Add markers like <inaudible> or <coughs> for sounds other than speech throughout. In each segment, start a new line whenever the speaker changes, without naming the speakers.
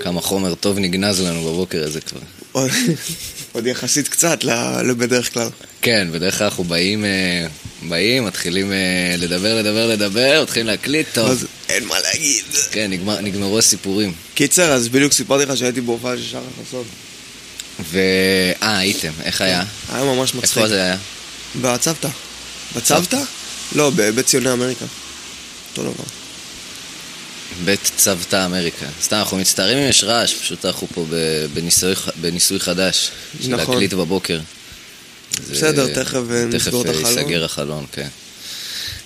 כמה חומר טוב נגנז לנו בבוקר הזה כבר.
עוד- עוד יחסית קצת ל- לבדרך כלל.
כן, בדרך כלל אנחנו באים, אה, באים, מתחילים אה, לדבר, לדבר, לדבר, מתחילים להקליט,
אז
טוב.
אין מה להגיד.
כן, נגמר- נגמרו הסיפורים.
קיצר, אז בדיוק סיפרתי לך שהייתי בהופעה של שחר חסון.
ו... אה, הייתם, איך היה?
היה ממש כן, מצחיק.
איפה זה היה?
בצוותא. בצוותא? לא, בבית ציוני אמריקה. אותו דבר.
בית צוותא אמריקה. סתם, אנחנו מצטערים אם יש רעש, פשוט אנחנו פה ב- בניסוי, ח- בניסוי חדש. של
נכון.
להקליט בבוקר. זה-
בסדר, תכף, אה, נסגור את
תכף אה,
החלון.
ייסגר החלון, כן.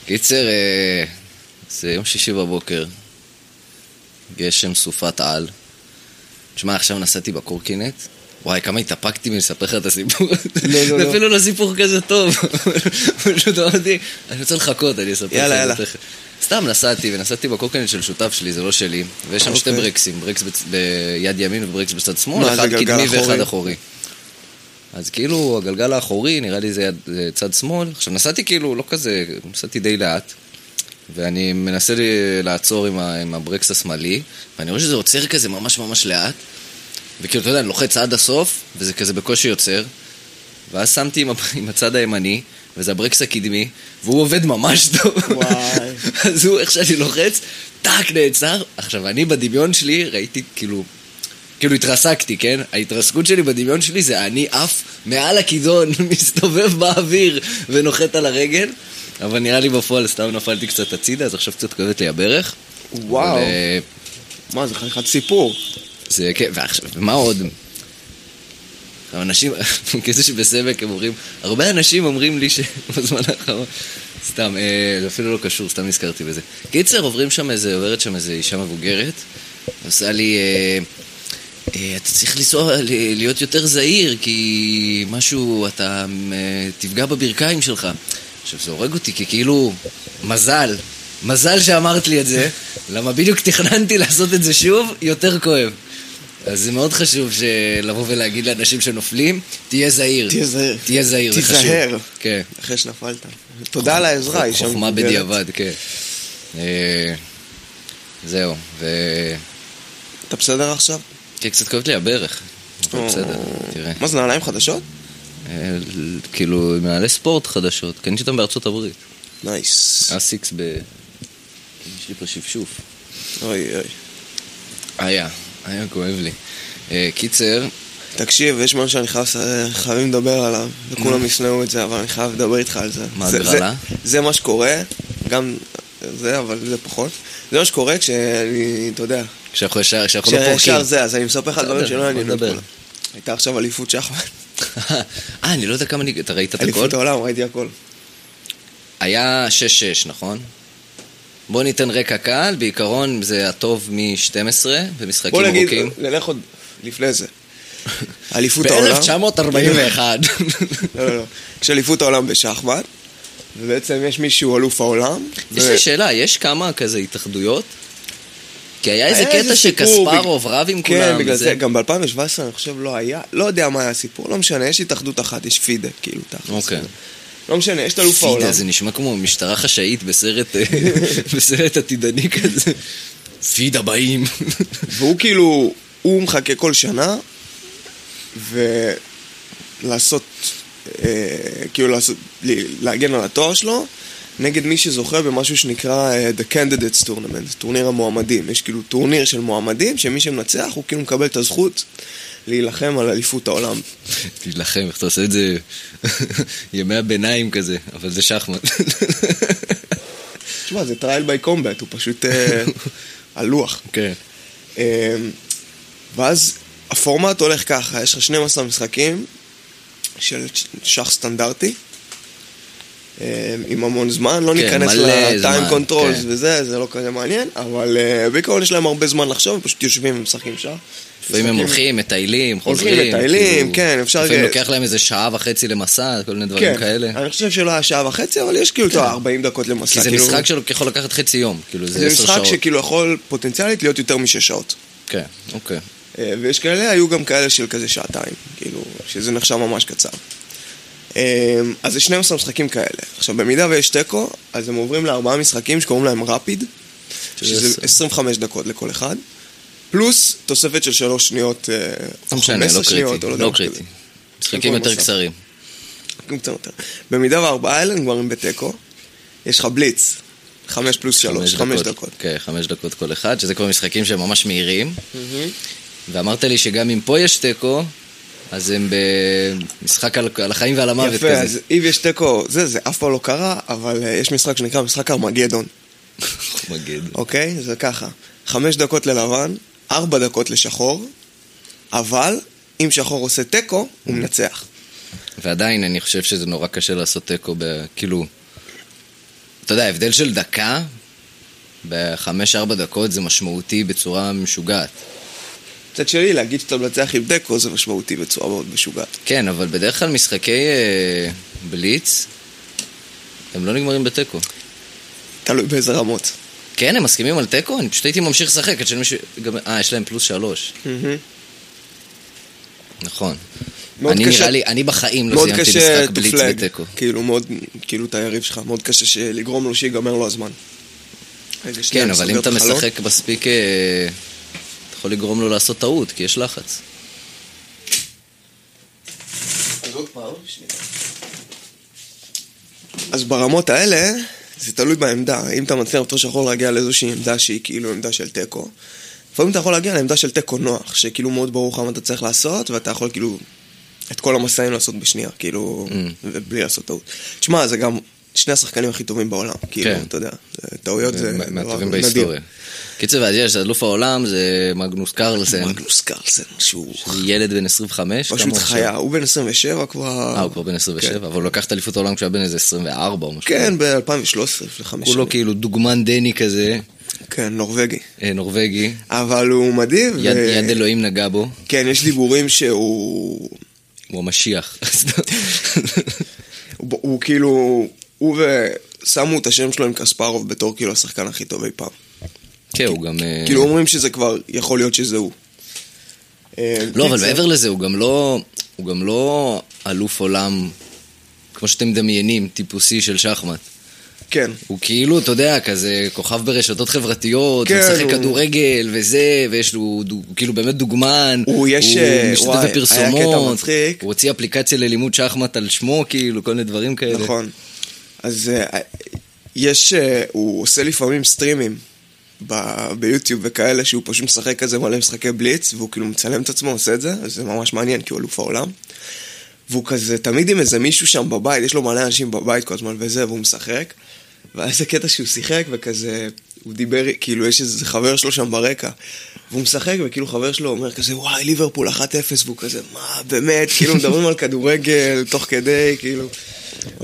קיצר, אה, זה יום שישי בבוקר, גשם סופת על. תשמע, עכשיו נסעתי בקורקינט. וואי, כמה התאפקתי מלספר לך את הסיפור הזה.
לא, לא,
זה <laughs>
לא.
אפילו לא סיפור כזה טוב. <laughs> פשוט אמרתי, אני רוצה לחכות, אני אספר לך.
יאללה,
את זה
יאללה.
תכף." סתם נסעתי, ונסעתי בקורקינט של שותף שלי, זה לא שלי, ויש שם שתי
אוקיי.
ברקסים, ברקס בצ- ביד ימין וברקס בצד שמאל,
מה, זה
אחד
גלגל
קדמי ואחד
אחורי?
אחורי. אז כאילו, הגלגל האחורי, נראה לי זה יד- זה צד שמאל. עכשיו, נסעתי כאילו, לא כזה, נסעתי די לאט, ואני מנסה ל- לעצור עם ה- עם הברקס השמאלי, ואני רואה שזה עוצר כזה ממש ממש לאט, וכאילו, אתה יודע, אני לוחץ עד הסוף, וזה כזה בקושי עוצר, ואז שמתי עם ה- <laughs> עם הצד הימני, וזה הברקס הקדמי, והוא עובד ממש טוב.
וואי.
<laughs> אז הוא, איך שאני לוחץ, טאק, נעצר. עכשיו, אני בדמיון שלי ראיתי, כאילו, כאילו התרסקתי, כן? ההתרסקות שלי בדמיון שלי זה אני עף מעל הכידון, <laughs> מסתובב באוויר ונוחת על הרגל, אבל נראה לי בפועל סתם נפלתי קצת הצידה, אז עכשיו קצת כואבת לי הברך.
וואו.
אבל, אה,
מה, זה חתיכת סיפור.
זה כן, ועכשיו, מה עוד? אנשים, <laughs> כזה שבסבק הם אומרים, הרבה אנשים אומרים <laughs> לי שבזמן האחרון, סתם, אה, זה אפילו לא קשור, סתם נזכרתי בזה. קיצר, עוברים שם איזה, עוברת שם איזה אישה מבוגרת, עושה לי, אה, אה, אתה צריך לנסוע, ל- להיות יותר זהיר, כי משהו, אתה אה, תפגע בברכיים שלך. עכשיו, זה הורג אותי, כי כאילו, מזל, מזל שאמרת לי את זה, למה בדיוק תכננתי לעשות את זה שוב, יותר כואב. אז זה מאוד חשוב ש- לבוא ולהגיד לאנשים שנופלים, תהיה זהיר.
תהיה זהיר.
תהיה זהיר, זה חשוב.
תיזהר.
כן.
אחרי שנפלת. תודה על העזרה, היא שם
חוכמה
מבוגרת.
בדיעבד, כן. אה, זהו, ו...
אתה בסדר עכשיו?
כן, קצת כואבת לי הברך. אבל בסדר,
או.
תראה.
מה זה, נעליים חדשות?
אה, כאילו, מנהלי ספורט חדשות, קניתי אותם בארצות הברית.
נייס.
אסיקס ב... יש לי פה שפשוף.
אוי אוי.
היה, היה כואב לי. אה, קיצר,
תקשיב, יש משהו שאני חייב, חייבים לדבר עליו, וכולם ישנאו את זה, אבל אני חייב לדבר איתך על זה.
מה,
זה-
הגרלה?
זה- זה מה שקורה, גם זה, אבל זה פחות. זה מה שקורה כשאני, אתה יודע,
כשאנחנו ישר, כשאנחנו לא פורקים. <laughs>
כשישר זה, אז אני מספר לך דברים
בסדר,
שלא יעניינו את
בוא
כולם.
נדבר.
הייתה עכשיו אליפות שחמט,
אה, אני לא יודע כמה אני... אתה ראית את הכל?
אליפות העולם, ראיתי הכל.
היה 6-6, נכון? בוא ניתן רקע קל, בעיקרון זה הטוב מ-12 במשחקים
בוא נגיד,
ארוכים.
נלך עוד לפני
<laughs>
זה. אליפות העולם.
ב-1941. <laughs>
<laughs> לא, לא, לא. יש אליפות העולם בשחמט, ובעצם יש מישהו אלוף העולם.
יש
ו-
לי שאלה, יש כמה כזה התאחדויות? כי היה איזה
היה
קטע
סיפור
שקספרוב
בג-
רב עם
כן,
כולם.
בגלל
וזה-
זה, גם ב-2017 אני חושב לא היה, לא יודע מה היה הסיפור, לא משנה, יש התאחדות אחת, יש פידה, כאילו, תכלס.
אוקיי.
לא משנה, יש את אלוף
פידה,
העולם.
זה נשמע כמו משטרה חשאית בסרט
<laughs>
אה, בסרט עתידני כזה. פידה באים. <laughs>
והוא כאילו, הוא מחכה כל שנה, ולעשות, אה, כאילו לעשות, ל- להגן על התואר שלו, נגד מי שזוכה במשהו שנקרא אה, The Candidates Tournament, טורניר המועמדים. יש כאילו טורניר של מועמדים, שמי שמנצח הוא כאילו מקבל את הזכות להילחם על אליפות העולם.
תילחם, איך אתה עושה את זה <laughs> ימי הביניים כזה, אבל זה שחמט. <laughs>
תשמע, זה טרייל ביי קומבט, הוא פשוט
<laughs>
אה, על לוח.
כן.
אה, ואז הפורמט הולך ככה, יש לך 12 משחקים של שח סטנדרטי, אה, עם המון זמן, לא
כן,
ניכנס
מלא
ל-time
זמן,
controls
כן.
וזה, זה לא כזה מעניין, אבל אה, בעיקרון יש להם הרבה זמן לחשוב, הם פשוט יושבים ומשחקים שח.
לפעמים הם הולכים, מטיילים, חוזרים.
מטיילים,
כאילו,
כן, אפשר
לפעמים
ל-
לוקח להם איזה שעה וחצי למסע, כל מיני דברים
כן,
כאלה. כן.
אני חושב שלא היה שעה וחצי, אבל יש כאילו את ה-40 דקות למסע.
כי זה
כאילו,
משחק שיכול לקחת חצי יום, כאילו זה
זה
עשר
משחק
שעות.
שכאילו יכול פוטנציאלית להיות יותר משש שעות.
כן, אוקיי.
אה, ויש כאלה, היו גם כאלה של כזה שעתיים, כאילו, שזה נחשב ממש קצר. אה, אז זה 12 משחקים כאלה. עכשיו, במידה ויש תיקו, אז הם עוברים לארבעה משחקים שקוראים להם רפיד,
שזה
שזה
עשר.
25 דקות לכל אחד, פלוס תוספת של שלוש שניות, אה,
לא
או
משנה,
15
לא
שניות,
קריטי,
או
לא
מה
קריטי.
כזה.
משחקים יותר
מסך.
קצרים.
משחקים קצת יותר. במידה וארבעה אלה נגמרים בתיקו, יש לך בליץ, חמש פלוס שלוש, חמש דקות.
כן, חמש דקות כל אחד, שזה כבר משחקים שהם ממש מהירים. ואמרת לי שגם אם פה יש תיקו, אז הם במשחק על, על החיים ועל המוות
יפה,
כזה.
אז אם יש תיקו, זה, זה אף פעם לא קרה, אבל אה, יש משחק שנקרא משחק ארמגדון,
מגד.
אוקיי? זה ככה, חמש דקות ללבן, ארבע דקות לשחור, אבל אם שחור עושה תיקו, הוא מנצח.
ועדיין, אני חושב שזה נורא קשה לעשות תיקו, ב- כאילו... אתה יודע, ההבדל של דקה בחמש-ארבע דקות זה משמעותי בצורה משוגעת.
מצד שני, להגיד שאתה מנצח עם תיקו זה משמעותי בצורה מאוד משוגעת.
כן, אבל בדרך כלל משחקי אה, בליץ, הם לא נגמרים בתיקו.
תלוי באיזה רמות.
כן, הם מסכימים על תיקו? אני פשוט הייתי ממשיך לשחק עד שלמישהו... גם- אה, יש להם פלוס שלוש. נכון.
מאוד
אני
קשה.
נראה לי, אני בחיים לא
מאוד
סיימתי
קשה
משחק
to
בליץ
flag,
בתיקו.
כאילו מאוד, כאילו את היריב שלך, מאוד קשה ש- לגרום לו שיגמר לו הזמן. רגע, שנייה,
כן,
אני
אבל
סוגר
אם
את
אתה
החלון.
משחק מספיק, אה, אתה יכול לגרום לו לעשות טעות, כי יש לחץ.
אז ברמות האלה, זה תלוי בעמדה. אם אתה מצליח בתור שחור להגיע לאיזושהי עמדה שהיא כאילו עמדה של תיקו, לפעמים אתה יכול להגיע לעמדה של תיקו נוח, שכאילו מאוד ברור לך מה אתה צריך לעשות, ואתה יכול כאילו את כל המסעים לעשות בשנייה,
Mm.
כאילו, ובלי לעשות טעות. תשמע, זה גם שני השחקנים הכי טובים בעולם, כאילו,
כן.
אתה יודע, זה- טעויות זה
מה-
דבר
מהטובים
נדיר.
בהיסטוריה. קיצר, אז יש, אלוף העולם זה מגנוס קרלסן,
מגנוס קרלסן, שהוא
ילד בן 25. כמה
פשוט כן.
הוא
חיה,
עכשיו?
הוא בן 27 כבר...
אה, הוא כבר בן 27, אבל הוא לקח את אליפות העולם כשהוא היה בן איזה 24 או משהו.
כן, ב-2013, לפני חמש שנים.
כולו כאילו דוגמן דני כזה,
כן, נורבגי.
אה, נורבגי,
אבל הוא מדהים.
יד-
ו-
יד אלוהים נגע בו,
כן, יש דיבורים שהוא...
הוא המשיח.
הוא, הוא כאילו... הוא ו... שמו את השם שלו עם קספרוב בתור כאילו השחקן הכי טוב אי פעם.
כן, הוא גם... אה,
כאילו אומרים שזה כבר, יכול להיות שזה הוא. אה,
לא, אבל
קיצר,
מעבר לזה, הוא גם לא, הוא גם לא אלוף עולם, כמו שאתם מדמיינים, טיפוסי של שחמט.
כן.
הוא כאילו, אתה יודע, כזה כוכב ברשתות חברתיות,
כן,
הוא משחק
הוא-
כדורגל וזה, ויש לו, הוא דו- הוא כאילו באמת דוגמן,
הוא יש, אה,
משתתף
וואי, היה קטע
בפרסומות,
מצחיק.
הוא הוציא אפליקציה ללימוד שחמט על שמו, כאילו, כל מיני דברים כאלה.
נכון. אז אה, יש, אה, הוא עושה לפעמים סטרימים ב- ביוטיוב וכאלה, שהוא פשוט משחק כזה מלא משחקי בליץ, והוא כאילו מצלם את עצמו, עושה את זה, אז זה ממש מעניין, כי הוא אלוף העולם. והוא כזה תמיד עם איזה מישהו שם בבית, יש לו מלא אנשים בבית כל הזמן וזה, והוא משחק. והיה איזה קטע שהוא שיחק, וכזה, הוא דיבר, כאילו, יש איזה חבר שלו שם ברקע. והוא משחק, וכאילו חבר שלו אומר כזה, וואי, ליברפול 1-0, והוא כזה, מה, באמת, כאילו, מדברים על כדורגל, תוך כדי, כאילו.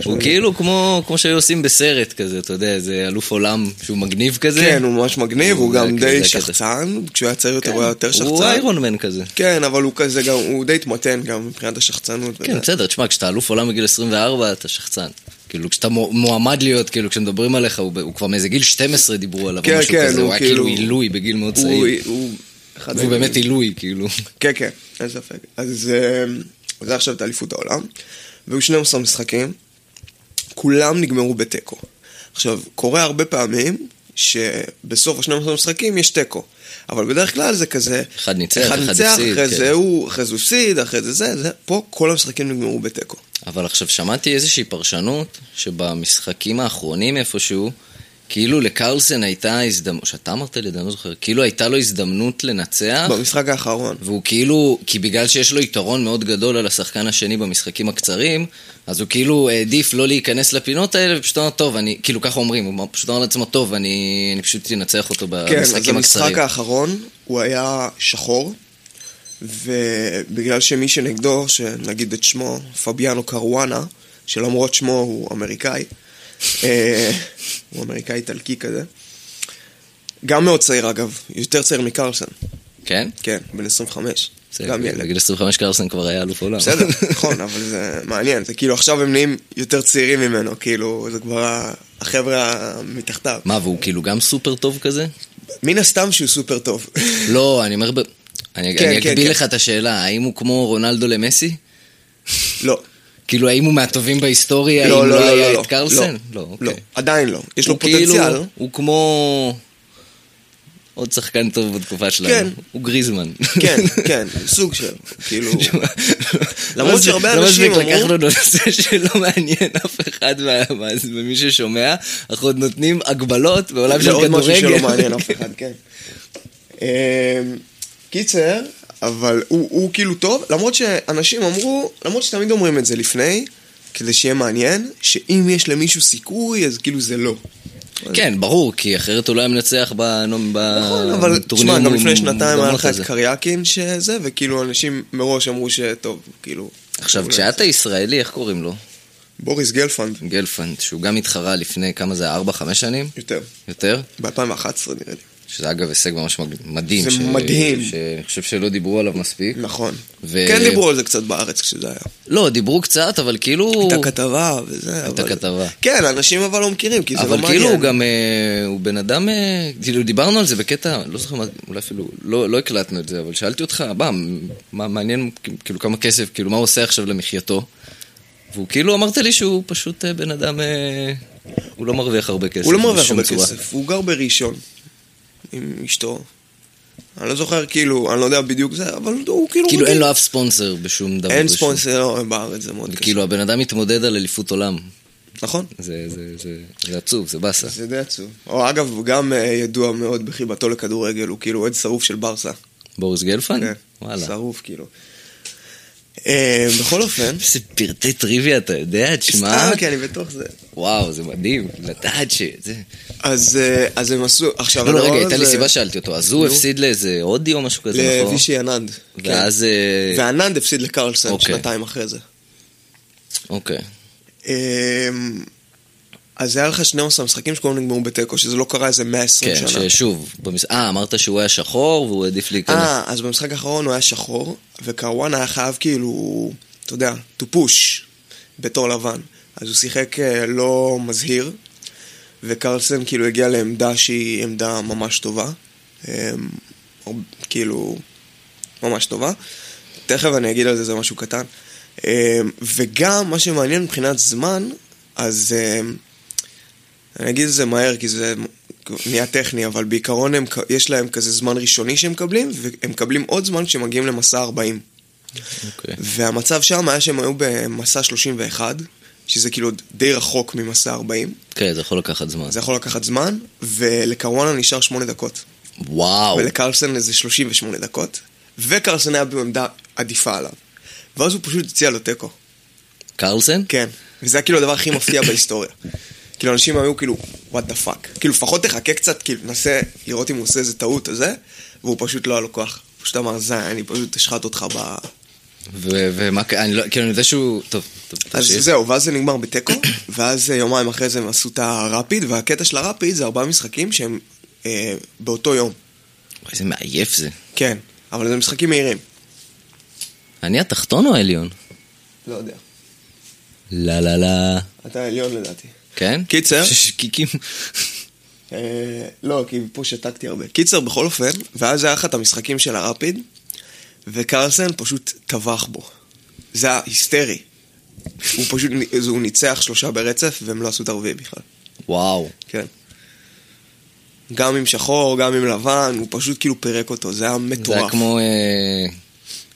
הוא כאילו כמו, כמו שהיו עושים בסרט כזה, אתה יודע, איזה אלוף עולם שהוא מגניב כזה.
כן, הוא ממש מגניב, הוא
הוא
גם
זה- זה
די
הקטע.
שחצן, כשהוא היה צעיר יותר הוא היה יותר שחצן.
כן. הוא איירון מן כזה.
כן, אבל הוא כזה גם, הוא די התמתן גם מבחינת השחצנות.
כן, בסדר, תשמע, כשאתה אלוף עולם בגיל 24, אתה שחצן. כאילו, כשאתה מוע- מועמד להיות, כאילו, כשמדברים עליך, הוא ב- הוא כבר מאיזה גיל 12 דיברו עליו,
כן,
או משהו
כן,
כזה,
הוא
הוא היה כאילו
כאילו-
עילוי בגיל מאוד
הוא-
צעיר.
הוא... אחד
והוא
ה-
באמת עילוי, כאילו. <laughs>
כן, כן, אין ספק. אז אה, זה עכשיו את אליפות העולם, והיו 12 משחקים, כולם נגמרו בתיקו. עכשיו, קורה הרבה פעמים שבסוף ה-12 משחקים יש תיקו, אבל בדרך כלל זה כזה...
אחד ניצח, אחד הפסיד,
אחרי
כן.
זה הוא, אחרי זה הוא הפסיד, אחרי זה זה, זה, פה כל המשחקים נגמרו בתיקו.
אבל עכשיו שמעתי איזושהי פרשנות, שבמשחקים האחרונים איפשהו, כאילו לקרלסן הייתה הזדמנות, שאתה אמרת לי, אני לא זוכר, כאילו הייתה לו הזדמנות לנצח,
במשחק האחרון.
והוא כאילו, כי בגלל שיש לו יתרון מאוד גדול על השחקן השני במשחקים הקצרים, אז הוא כאילו העדיף לא להיכנס לפינות האלה, ופשוט אמר, טוב, אני, כאילו ככה אומרים, הוא פשוט אמר לעצמו, טוב, אני, אני פשוט אנצח אותו
כן, אז
במשחקים הקצרים.
המשחק האחרון הוא היה שחור, ובגלל שמי שנגדו, שנגיד את שמו, פביאנו קרואנה, שלמרות שמו הוא אמריקאי, אה, הוא אמריקאי איטלקי כזה, גם מאוד צעיר אגב, יותר צעיר מקרלסון,
כן?
כן, בן 25,
זה-
גם ילד.
בגיל 25 קרסן כבר היה אלוף עולם.
בסדר, נכון, אבל זה מעניין, זה כאילו עכשיו הם נהיים יותר צעירים ממנו, כאילו, זה כבר ה- החבר'ה מתחתיו.
<laughs> מה, והוא כאילו גם סופר טוב כזה?
מן הסתם שהוא סופר טוב. <laughs>
לא, אני אומר, ב... אני,
כן,
אני
כן,
אגביל
כן.
לך את השאלה, האם הוא כמו רונלדו למסי?
לא.
כאילו, האם הוא מהטובים בהיסטוריה,
לא,
אם
לא,
לא
לא,
היה
לא,
את קרלסן?
לא,
לא,
לא,
אוקיי.
עדיין לא. יש לו
הוא כאילו-
פוטנציאל.
הוא כמו... עוד שחקן טוב בתקופה שלנו.
כן.
הוא גריזמן. <laughs>
כן, כן, סוג של, כאילו...
שמע,
למרות שהרבה אנשים
למה זה לקחנו
אמרו-
נושא שלא מעניין אף אחד מה- מה- ממי ששומע, אנחנו עוד נותנים הגבלות בעולם של
זה
כדורגל.
עוד משהו שלא מעניין אף אחד, כן. אמ, קיצר, אבל הוא, הוא כאילו טוב, למרות שאנשים אמרו, למרות שתמיד אומרים את זה לפני, כדי שיהיה מעניין, שאם יש למישהו סיכוי, אז כאילו זה לא.
<laughs> כן, ברור, כי אחרת הוא לא היה מנצח בנו-
נכון,
בטורניר.
אבל תשמע, גם לפני שנתיים היה
המוקדמות
לך את
הזה.
קריאקים שזה, וכאילו אנשים מראש אמרו שטוב, כאילו...
עכשיו,
אולי-
כשאת הישראלי, איך קוראים לו?
בוריס גלפנד,
גלפנד, שהוא גם התחרה לפני כמה זה, 4-5 שנים?
יותר,
יותר?
ב-2011 נראה לי.
שזה אגב הישג ממש מג- מדהים.
זה מדהים.
שאני חושב שלא דיברו עליו מספיק.
נכון.
ו-
כן דיברו על זה קצת בארץ כשזה היה.
לא, דיברו קצת, אבל כאילו...
הייתה כתבה וזה,
הייתה
אבל...
כתבה.
כן, אנשים אבל לא מכירים, כי זה לא
אבל
מעניין.
כאילו הוא גם, אה, הוא בן אדם, אה, כאילו דיברנו על זה בקטע, לא זוכר מה, אולי אפילו, לא לא הקלטנו את זה, אבל שאלתי אותך, מה, מה מעניין, כאילו כמה כסף, כאילו מה הוא עושה עכשיו למחייתו? והוא כאילו אמרת לי שהוא פשוט אה, בן אדם, אה, הוא לא מרוויח הרבה כסף.
הוא לא מרוויח
בשום
הרבה
צורה.
כסף, הוא גר בראשון עם אשתו. אני לא זוכר, כאילו, אני לא יודע בדיוק זה, אבל הוא כאילו...
כאילו אין
רגיל.
לו אף ספונסר בשום דבר.
אין
בשום-
ספונסר לא, בארץ, זה מאוד קשה.
כאילו הבן אדם מתמודד על אליפות עולם.
נכון.
זה- זה- זה זה עצוב, זה באסה.
זה די עצוב. או אגב, הוא גם אה, ידוע מאוד בחיבתו לכדורגל, הוא כאילו אוהד שרוף של ברסה.
בוריס גלפן?
כן,
נכון. וואלה.
שרוף, כאילו. אה, בכל אופן...
איזה פרטי טריוויה אתה יודע, תשמע.
אה, כי אני בתוך זה.
וואו, זה מדהים, לדעת שזה...
אז אה, אז הם עשו... עכשיו...
לא, לא,
הדבר
רגע, הייתה לי
הזה-
סיבה שאלתי אותו. אז הוא
נו.
הפסיד לאיזה הודי או משהו כזה, נכון?
לוישי אננד. כן.
ואז... אה,
ואננד הפסיד לקרלסן
אוקיי.
שנתיים אחרי זה.
אוקיי.
אמ, אז היה לך 12 משחקים שכולם נגמרו בתיקו, שזה לא קרה איזה 120
כן,
שנה.
ששוב, במס- אה, אמרת שהוא היה שחור והוא העדיף להיכנס.
אה, אז במשחק האחרון הוא היה שחור, וקרואן היה חייב כאילו, אתה יודע, to push בתור לבן. אז הוא שיחק אה, לא מזהיר, וקרלסן כאילו הגיע לעמדה שהיא עמדה ממש טובה. אמ, או- כאילו, ממש טובה. תכף אני אגיד על זה, זה משהו קטן. אמ, וגם, מה שמעניין מבחינת זמן, אז אמ, אני אגיד את זה מהר, כי זה נהיה טכני, אבל בעיקרון הם, כ- יש להם כזה זמן ראשוני שהם מקבלים, והם מקבלים עוד זמן כשהם מגיעים למסע 40.
אוקיי.
והמצב שם היה שהם היו במסע 31, שזה כאילו עוד די רחוק ממסע 40.
כן, זה יכול לקחת זמן.
זה יכול לקחת זמן, ולקרואנה נשאר 8 דקות.
וואו.
ולקרלסן איזה 38 דקות, וקרלסן היה בעמדה עדיפה עליו. ואז הוא פשוט הציע לו תיקו.
קרלסן?
כן. וזה היה כאילו הדבר הכי מפתיע בהיסטוריה. כאילו, אנשים היו כאילו, what the fuck. כאילו, לפחות תחכה קצת, כאילו, נסה לראות אם הוא עושה איזה טעות או זה, והוא פשוט לא היה לו כוח. הוא פשוט אמר, זה, אני פשוט אשחט אותך ב...
ו- ומה, ק- אני לא, כאילו, אני יודע שהוא... טוב, טוב,
אז
תמשיך.
זהו, ואז זה נגמר בתיקו, ואז אה, יומיים אחרי זה הם עשו את הרפיד, והקטע של הרפיד זה ארבעה משחקים שהם אה, באותו יום.
וואי, איזה מעייף זה.
כן, אבל זה משחקים מהירים.
אני התחתון או העליון?
לא יודע.
לא, לא, לא.
אתה עליון לדעתי.
כן?
קיצר.
שקיקים.
אה, לא, כי פה שתקתי הרבה. קיצר, בכל אופן, ואז היה לך את המשחקים של הרפיד, וקרלסן פשוט טבח בו. זה היה היסטרי. הוא פשוט, אז הוא ניצח שלושה ברצף, והם לא עשו את הרביעי בכלל.
וואו.
כן. גם עם שחור, גם עם לבן, הוא פשוט כאילו פירק אותו, זה היה
זה היה
מטורף.
כמו אה,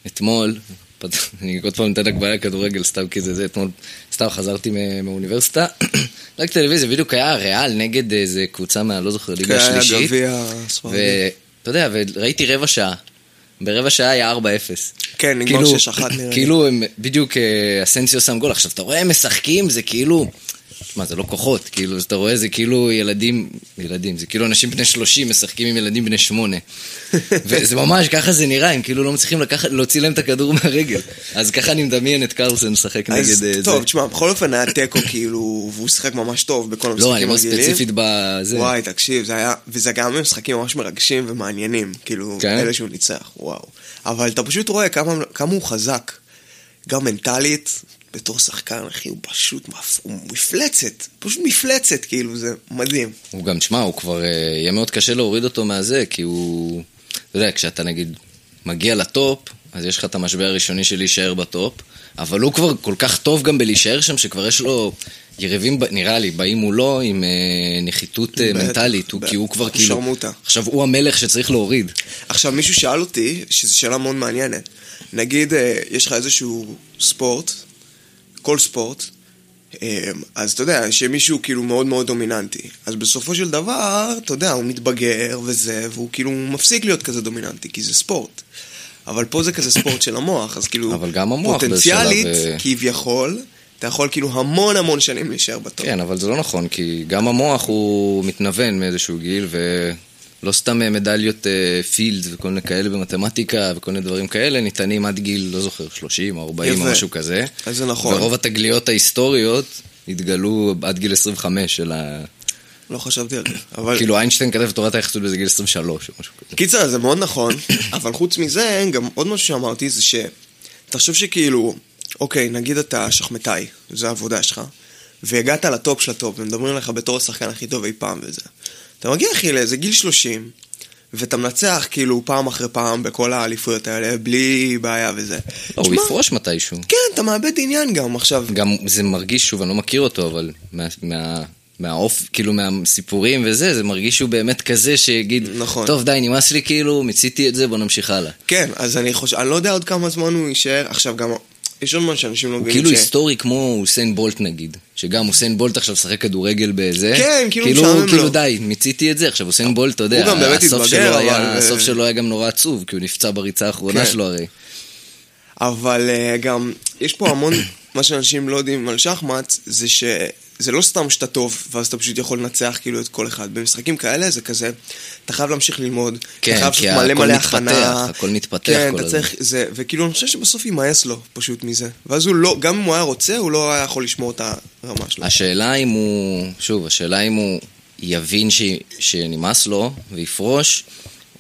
אתמול, פת- <laughs> אני עוד פעם נותן הגבלה לכדורגל סתם כי זה זה, אתמול סתם חזרתי מה- מהאוניברסיטה, <clears throat> רק טלוויזיה, בדיוק היה ריאל נגד איזה קבוצה מה, לא זוכר,
כן,
ליגה
היה
השלישית,
גביע ספרדי.
ואתה יודע, וראיתי רבע שעה, ברבע שעה היה 4-0.
כן, נגמר 6-1 נראה לי.
כאילו הם, בדיוק אה, אסנסיו שם גול. עכשיו, אתה רואה, הם משחקים, זה כאילו... מה, זה לא כוחות, כאילו, אז אתה רואה, זה כאילו ילדים, ילדים, זה כאילו אנשים בני 30 משחקים עם ילדים בני
<laughs>
8. וזה ממש, ככה זה נראה, הם כאילו לא מצליחים לקחת, להוציא להם את הכדור מהרגל. אז ככה אני מדמיין את קרלסון משחק נגד
אז
אה, זה.
טוב, תשמע, בכל אופן היה תיקו כאילו, והוא שיחק ממש טוב בכל המשחקים
לא, אני
הרגילים.
אומר ספציפית בזה.
וואי, תקשיב, זה היה, וזה גם היה משחקים ממש מרגשים ומעניינים, כאילו,
כן?
כן? אלה שהוא ניצח, וואו. אבל אתה פשוט רואה כמה, כמה הוא חזק, גם מנטלית, בתור שחקן, אחי, הוא פשוט, מפ... הוא מפלצת, פשוט מפלצת, כאילו, זה מדהים.
הוא גם, תשמע, הוא כבר, אה, יהיה מאוד קשה להוריד אותו מהזה, כי הוא, אתה יודע, כשאתה נגיד מגיע לטופ, אז יש לך את המשבר הראשוני של להישאר בטופ, אבל הוא כבר כל כך טוב גם בלהישאר שם, שכבר יש לו יריבים, ב- נראה לי, באים מולו עם אה, נחיתות אה,
בטח,
מנטלית, הוא,
בטח.
כי הוא כבר
הוא
כאילו...
שרמוטה.
עכשיו, הוא המלך שצריך להוריד.
עכשיו, מישהו שאל אותי, שזו שאלה מאוד מעניינת, נגיד אה, יש לך איזשהו ספורט, כל ספורט, אה, אז אתה יודע, שמישהו כאילו מאוד מאוד דומיננטי. אז בסופו של דבר, אתה יודע, הוא מתבגר וזה, והוא כאילו מפסיק להיות כזה דומיננטי, כי זה ספורט. אבל פה זה כזה ספורט של המוח, אז כאילו,
אבל גם המוח באיזשהו שלב,
פוטנציאלית,
אה,
כביכול, אתה יכול כאילו המון המון שנים להישאר בטוב.
כן, אבל זה לא נכון, כי גם המוח הוא מתנוון מאיזשהו גיל, ולא סתם אה, מדליות אה, פילד וכל מיני כאלה במתמטיקה וכל מיני דברים כאלה, ניתנים עד גיל, לא זוכר, 30 או 40 או
יפה.
משהו כזה.
אז זה נכון.
ורוב התגליות ההיסטוריות התגלו עד גיל 25 של ה...
לא חשבתי על זה. אבל...
כאילו איינשטיין כתב את תורת היחסות באיזה גיל 23 או משהו כזה.
קיצר, זה מאוד נכון, <coughs> אבל חוץ מזה, גם עוד משהו שאמרתי זה ש... תחשוב שכאילו, אוקיי, נגיד אתה שחמטאי, זו העבודה שלך, והגעת לטופ של הטופ, ומדברים עליך בתור השחקן הכי טוב אי פעם וזה. אתה מגיע, אחי, לאיזה גיל 30, ואתה מנצח כאילו פעם אחרי פעם בכל האליפויות האלה, בלי בעיה וזה.
לא, הוא
תשמע,
יפרוש מתישהו.
כן, אתה מאבד עניין גם עכשיו.
גם זה מרגיש, שוב, אני לא מכיר אותו, אבל מה- מה- מהאופ, כאילו מהסיפורים וזה, זה מרגיש שהוא באמת כזה שיגיד,
נכון.
טוב, די, נמאס לי, כאילו, מיציתי את זה, בוא נמשיך הלאה.
כן, אז אני חושב, אני לא יודע עוד כמה זמן הוא יישאר, עכשיו גם, יש עוד משהו שאנשים לא
הוא
מבינים
כאילו
ש...
היסטורי כמו הוסיין בולט נגיד, שגם הוסיין בולט עכשיו משחק כדורגל בזה.
כן, כאילו משעמם לו.
כאילו די, מיציתי את זה, עכשיו הוסיין בולט, אתה יודע,
הוא גם באמת
הסוף
התבגר,
שלו היה-
אבל, אה,
הסוף שלו היה גם נורא עצוב, כי הוא נפצע בריצה האחרונה
כן.
שלו הרי.
אבל אה, גם, יש פה המון, מה שאנשים לא יודעים על שחמט, זה שזה לא סתם שאתה טוב, ואז אתה פשוט יכול לנצח כאילו את כל אחד. במשחקים כאלה זה כזה, אתה חייב להמשיך ללמוד,
כן,
אתה חייב
כי
לעשות מלא
הכל
מלא
מתפתח,
הכנה.
הכל מתפתח
כן,
כל
אתה צריך, זה, וכאילו אני חושב שבסוף יימאס לו פשוט מזה. ואז הוא לא, גם אם הוא היה רוצה, הוא לא היה יכול לשמור את הרמה שלו.
השאלה אם הוא, שוב, השאלה אם הוא יבין ש... שנמאס לו ויפרוש,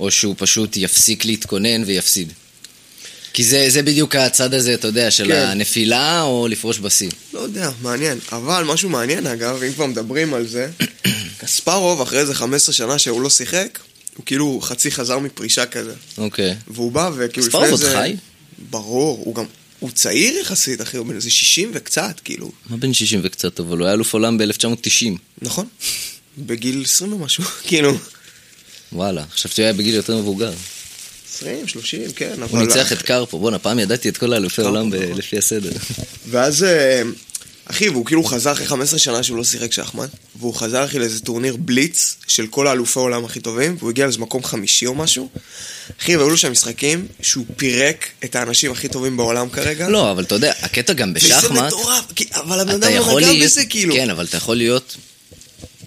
או שהוא פשוט יפסיק להתכונן ויפסיד. כי זה, זה בדיוק הצד הזה, אתה יודע, של
כן.
הנפילה או לפרוש בשיא.
לא יודע, מעניין. אבל משהו מעניין אגב, אם כבר מדברים על זה, <coughs> קספרוב אחרי איזה 15 שנה שהוא לא שיחק, הוא כאילו חצי חזר מפרישה כזה.
אוקיי.
והוא בא וכאילו
ספרוב עוד חי?
ברור, הוא גם... הוא צעיר יחסית, אחי, הוא בן איזה 60 וקצת, כאילו.
מה בן 60 וקצת, אבל הוא היה אלוף עולם ב-1990.
נכון? בגיל 20 ומשהו, <laughs> כאילו.
וואלה, חשבתי שהוא היה בגיל יותר מבוגר.
20, 30, כן, אבל...
הוא ניצח את קרפו, בואנה, פעם ידעתי את כל האלופי
קרפו,
העולם ב-
נכון.
לפי הסדר.
ואז... אה, אחי, והוא כאילו חזר אחרי 15 שנה שהוא לא שיחק שחמט, והוא חזר אחי לאיזה טורניר בליץ של כל האלופי העולם הכי טובים, והוא הגיע לאיזה מקום חמישי או משהו. אחי, והיו לו שם משחקים שהוא פירק את האנשים הכי טובים בעולם כרגע.
לא, אבל אתה יודע, הקטע גם
וזה
בשחמט,
מטורף, כי- אבל הבן
אתה
אדם לא
יכול
נגע
להיות...
בזה, כאילו.
כן, אבל אתה יכול להיות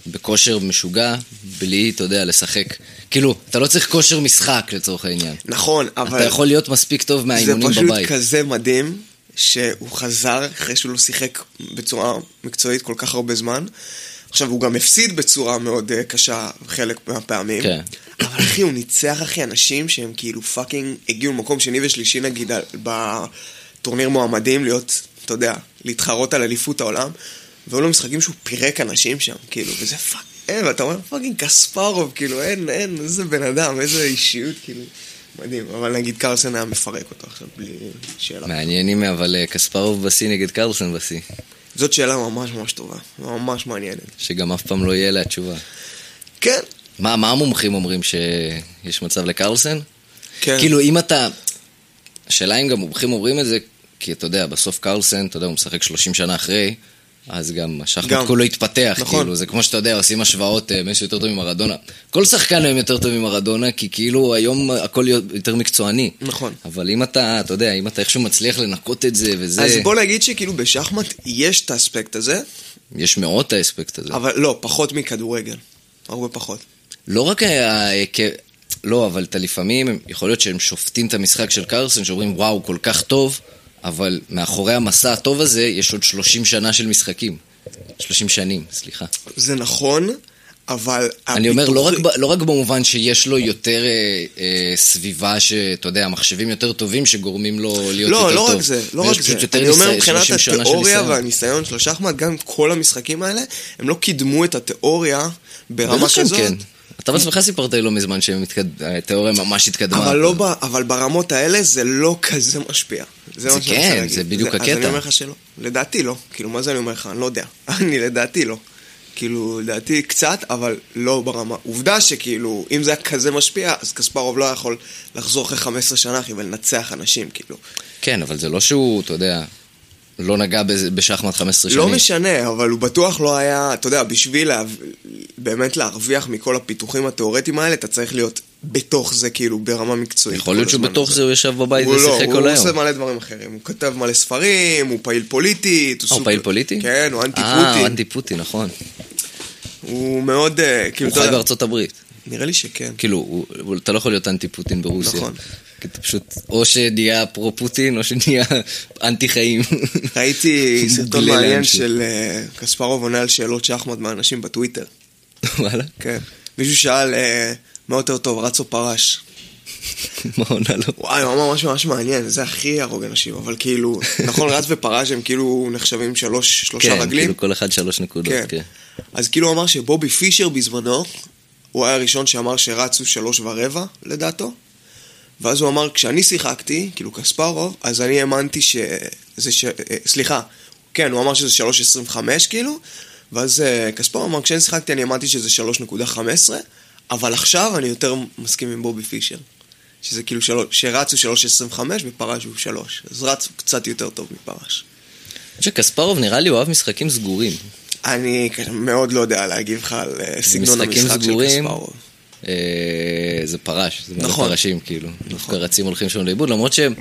בכושר משוגע בלי, אתה יודע, לשחק. כאילו, אתה לא צריך כושר משחק לצורך העניין.
נכון, אבל...
אתה יכול להיות מספיק טוב
זה
מהאימונים
פשוט
בבית.
כזה מדהים שהוא חזר אחרי שהוא לא שיחק בצורה מקצועית כל כך הרבה זמן. עכשיו, הוא גם הפסיד בצורה מאוד אה, קשה חלק מהפעמים.
כן.
אבל אחי, הוא ניצח אחי אנשים שהם כאילו פאקינג הגיעו למקום שני ושלישי נגיד על- בטורניר מועמדים להיות, אתה יודע, להתחרות על אליפות העולם. והיו לו משחקים שהוא פירק אנשים שם, כאילו, וזה פאק... אין, ואתה אומר פאקינג קספרוב, כאילו, אין, אין, איזה בן אדם, איזה אישיות, כאילו. מדהים, אבל נגיד קרסן היה מפרק אותו עכשיו, בלי שאלה.
מעניינים, אבל אה, קספרוב בשיא נגד קרלסון בשיא,
זאת שאלה ממש ממש טובה, ממש מעניינת.
שגם אף פעם לא יהיה לה תשובה.
כן.
מה, מה המומחים אומרים שיש מצב לקרלסן?
כן.
כאילו, אם אתה... השאלה אם גם מומחים אומרים את זה, כי אתה יודע, בסוף קרלסן, אתה יודע, הוא משחק 30 שנה אחרי, אז גם
גם.
השחמט כולו התפתח,
נכון.
נכון. כאילו, זה כמו שאתה יודע, עושים השוואות, אה, מי שיותר טוב ממרדונה. כל שחקן היום יותר טוב ממרדונה, כי כאילו היום הכל יותר מקצועני.
נכון.
אבל אם אתה, אתה יודע, אם אתה איכשהו מצליח לנקות את זה וזה,
אז בוא נגיד שכאילו בשחמט יש את האספקט הזה,
יש מאות האספקט הזה.
אבל לא, פחות מכדורגל. הרבה פחות.
לא רק היה... לא, אבל אתה לפעמים, הם- יכול להיות שהם שופטים את המשחק של קרסן, שאומרים, וואו, כל כך טוב, אבל מאחורי המסע הטוב הזה יש עוד 30 שנה של משחקים. 30 שנים, סליחה.
זה נכון, אבל...
אני אומר, לא רק,
הפיתוחי-
ב- לא רק במובן שיש לו יותר אה, אה, סביבה, שאתה יודע, מחשבים יותר טובים שגורמים לו להיות יותר
לא, לא
טוב.
רק זה, לא
ויש
רק
פשוט
זה.
יותר
אני אומר
ניסיון,
מבחינת
30 שנה של
התיאוריה
ניסיון.
והניסיון של השחמט, גם כל המשחקים האלה, הם לא קידמו את התיאוריה ברמה
בטח שהם
כזאת.
כן. אתה בעצמך סיפרת לי לא מזמן שהתיאוריה ממש התקדמה.
אבל, לא ב, אבל ברמות האלה זה לא כזה משפיע. זה,
זה
מה שאני מנסה
כן,
להגיד.
זה בדיוק
אז אני
הקטע.
אומר לך שלא. לדעתי לא. כאילו, מה זה אני אומר לך? אני לא יודע. <laughs> אני לדעתי לא. כאילו, לדעתי קצת, אבל לא ברמה. עובדה שכאילו, אם זה היה כזה משפיע, אז קספרוב לא היה יכול לחזור אחרי 15 שנה, אחי, ולנצח אנשים, כאילו.
כן, אבל זה לא שהוא, אתה יודע, לא נגע בזה- בשחמט 15 שנים.
לא משנה, אבל הוא בטוח לא היה, אתה יודע, בשביל לה, באמת להרוויח מכל הפיתוחים התיאורטיים האלה, אתה צריך להיות בתוך זה, כאילו, ברמה מקצועית.
יכול להיות
כל
שהוא
הזמן
בתוך
הזה.
זה הוא ישב בבית
הוא לא,
ושיחק
הוא
כל היום.
עושה מלא דברים אחרים. הוא כתב מלא ספרים, הוא פעיל פוליטית.
אה, הוא
סופר-
פעיל פוליטי?
כן, הוא
אה, הוא
אנטי-פוטין.
אנטי פוטין, נכון.
הוא מאוד, אה, כאילו,
הוא
אתה
חי
יודע,
בארצות הברית.
נראה לי שכן.
כאילו, הוא- הוא- אתה לא יכול להיות אנטי פוטין ברוסיה.
נכון.
כי אתה פשוט, או שנהיה פרו פוטין, או שנהיה <laughs> אנטי חיים. <laughs>
ראיתי סרטון
בלי
מעניין
להמשיך.
של אה, קספרוב עונה על שאלות שחמט מהאנשים בטוויטר.
וואלה,
כן. מישהו שאל, אה, מה יותר טוב, רץ או פרש?
מה עונה לו?
וואי, הוא אמר משהו ממש מעניין, זה הכי הרוג אנשים, אבל כאילו, נכון, רץ ופרש הם כאילו נחשבים שלוש, שלושה
כן,
רגלים?
כאילו כל אחד שלוש נקודות,
כן.
כן.
אז כאילו הוא אמר שבובי פישר בזמנו, הוא היה הראשון שאמר שרץ הוא שלוש ורבע, לדעתו. ואז הוא אמר, כשאני שיחקתי, כאילו קספרוב, אז אני האמנתי שזה ש... אה, סליחה, כן, הוא אמר שזה שלוש עשרים וחמש, כאילו, ואז אה, קספרוב אמר, כשאני שיחקתי אני האמנתי שזה שלוש נקודה חמש עשרה, אבל עכשיו אני יותר מסכים עם בובי פישר. שזה כאילו שלוש, שרץ הוא שלוש עשרים וחמש ופרש הוא שלוש. אז רץ הוא קצת יותר טוב מפרש.
אני חושב שקספרוב נראה לי אוהב משחקים סגורים.
אני מאוד לא יודע להגיב לך על אה, סגנון
משחקים
המשחק של
סגורים.
קספרוב.
אה, זה פרש, זה מלא
נכון.
פרשים כאילו. דווקא רצים הולכים שם לאיבוד, למרות שהם...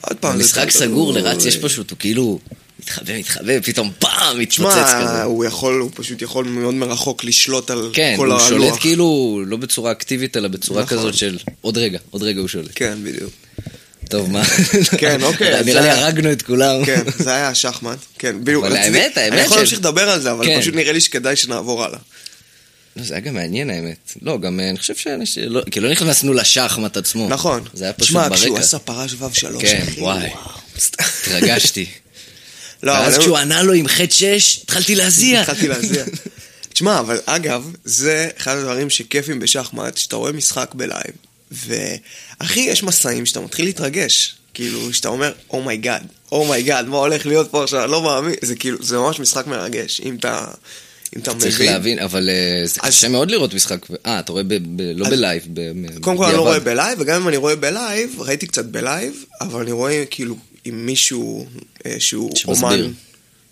עוד פעם, זה
משחק
כאילו-
סגור לרץ יש פשוט, הוא כאילו מתחבא, מתחבא, פתאום פעם, מתפוצץ
שמע,
כזה.
הוא יכול, הוא פשוט יכול מאוד מרחוק לשלוט על
כן,
כל
הוא
הלוח.
שולט כאילו לא בצורה אקטיבית, אלא בצורה
נכון.
כזאת של עוד רגע, עוד רגע הוא שולט.
כן, בדיוק.
טוב, מה?
<laughs> כן, אוקיי,
<laughs>
אז
נראה לי
זה-
הרגנו את כולם.
כן, זה היה השחמט. כן, בדיוק.
אבל
רציתי-
האמת, האמת
אני יכול
של-
להמשיך לדבר על זה,
כן.
אבל פשוט נראה לי שכדאי שנעבור הלאה.
לא, <laughs> זה היה גם מעניין האמת. לא, גם אה, אני חושב שאנשים... לא- כי לא נכנסנו לשחמט עצמו.
נכון.
זה היה פשוט
שמע, כשהוא
ברקע.
עשה פרש וו שלוש,
כן,
אחי,
וואי. התרגשתי.
<laughs> לא, אבל
ואז
הם-
כשהוא ענה לו עם חטא שש, התחלתי להזיע.
התחלתי להזיע. תשמע, אבל אגב, זה אחד הדברים שכיפים בשחמט, שאתה רואה משחק בלייב, ואחי, יש מסעים שאתה מתחיל להתרגש. כאילו, שאתה אומר, אומייגאד, אומייגאד, oh מה הולך להיות פה עכשיו, אני לא מאמין. זה כאילו, זה ממש משחק מרגש, אם אתה... אם אתה
<laughs> צריך
מבין.
להבין, אבל אה, זה
אז-
קשה מאוד לראות משחק. אה, אתה רואה ב- ב- לא
אז-
בלייב, ב-
קודם כל, אני
בדיעבד.
לא רואה בלייב, וגם אם אני רואה בלייב, ראיתי קצת בלייב, אבל אני רואה כאילו עם מישהו אה, שהוא
שמסביר.
אומן,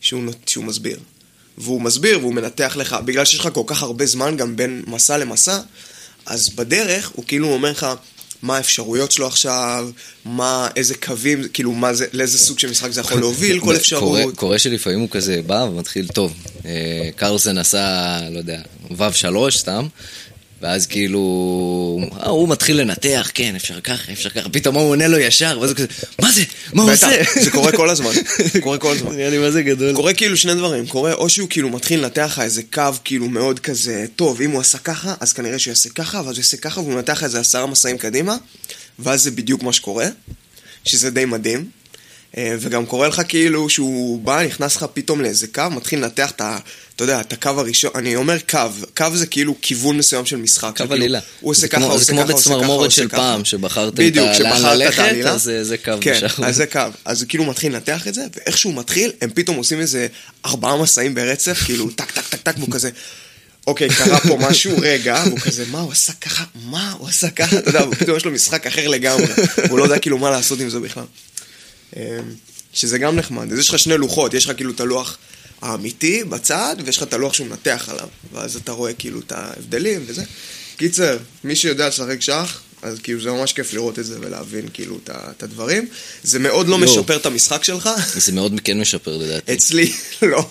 שהוא, נות- שהוא מסביר. והוא מסביר והוא מנתח לך, בגלל שיש לך כל כך הרבה זמן גם בין מסע למסע, אז בדרך הוא כאילו אומר לך מה האפשרויות שלו עכשיו, מה, איזה קווים, כאילו מה זה, לאיזה סוג של משחק זה יכול להוביל, כל
<laughs> קורה-
אפשרות.
קורה שלפעמים הוא כזה בא ומתחיל, טוב, אה, קרלסן עשה, לא יודע, וו שלוש סתם, ואז כאילו, אה, הוא מתחיל לנתח, כן, אפשר ככה, אפשר ככה, פתאום הוא עונה לו ישר, ואז הוא כזה, מה זה? מה הוא
בטח,
עושה? <laughs>
זה קורה כל הזמן, זה קורה כל הזמן.
זה נראה לי מה זה גדול.
קורה כאילו שני דברים, קורה או שהוא כאילו מתחיל לנתח לך איזה קו כאילו מאוד כזה, טוב, אם הוא עשה ככה, אז כנראה שהוא יעשה ככה, ואז הוא יעשה ככה, והוא מנתח לך איזה עשרה מסעים קדימה, ואז זה בדיוק מה שקורה, שזה די מדהים. אה, וגם קורה לך כאילו שהוא בא, נכנס לך פתאום לאיזה קו, מתחיל לנתח את ה... אתה יודע, את הקו הראשון, אני אומר קו, קו זה כאילו כיוון מסוים של משחק.
קו
שכאילו,
עלילה.
הוא עושה
זה
ככה,
כמו-
הוא
זה
עושה
כמו
ככה, הוא עושה ככה, הוא
בצמרמורת
עושה
של
ככה.
פעם, שבחרת את
בדיוק,
ה-
שבחרת
לאן
את
ללכת,
העלילה.
אז זה- זה קו
כן,
ישר.
אז זה קו. אז הוא כאילו מתחיל לנתח את זה, ואיך שהוא מתחיל, הם פתאום עושים איזה ארבעה מסעים ברצף, כאילו טק טק טק טק, והוא כזה... אוקיי, קרה פה משהו, רגע, והוא כזה, מה הוא עשה ככה? מה הוא עשה ככה? אתה יודע, הוא- פתאום יש לו משחק אחר לגמרי, הוא לא יודע כאילו מה לעשות עם זה בכלל. אמ, שזה גם נחמד. אז יש לך שני לוחות, יש לך כאילו את הלוח האמיתי בצד, ויש לך את הלוח שהוא מנתח עליו, ואז אתה רואה כאילו את ההבדלים וזה. קיצר, מי שיודע לשחק שח, אז כאילו זה ממש כיף לראות את זה ולהבין כאילו את ה- את הדברים. זה מאוד לא
לא.
משפר את המשחק שלך,
זה מאוד כן משפר לדעתי.
אצלי לא.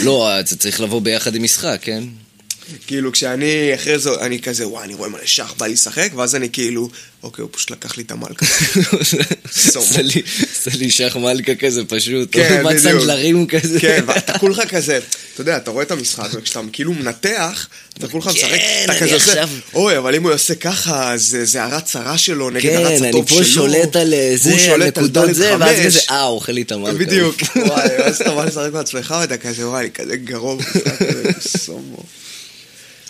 לא, זה צריך לבוא ביחד עם משחק,
<laughs>
כן?
כאילו כשאני אחרי זה, אני כזה, וואי, אני רואה מלא שח, בא לי לשחק, ואז אני כאילו, אוקיי, הוא פשוט לקח לי את המלכה.
<laughs>
סומו.
עשה לי- עשה לי שח מלכה כזה פשוט. <laughs>
כן,
בת
בדיוק.
סנדלרים כזה.
כן, ואתה כולך כזה, אתה יודע, אתה רואה את המשחק, וכשאתה כאילו מנתח, אתה כולך משחק,
כן,
אתה
אני
כזה עושה,
עכשיו-
אוי, אבל אם הוא יעשה ככה, אז אה, זה הרץ הרע שלו נגד הרץ הטוב
כן,
שלו.
אני פה שולט על אה,
והוא
זה, על
שולט על
נקודות
ד'
זה, ואז
חמש.
כזה, אה, הוא אוכל לי את המלכה. <laughs>
בדיוק, <laughs> וואי, ואז אתה בא לשחק בעצמך, ואתה כזה, וואי, אני כזה גרוב, כזה סומו.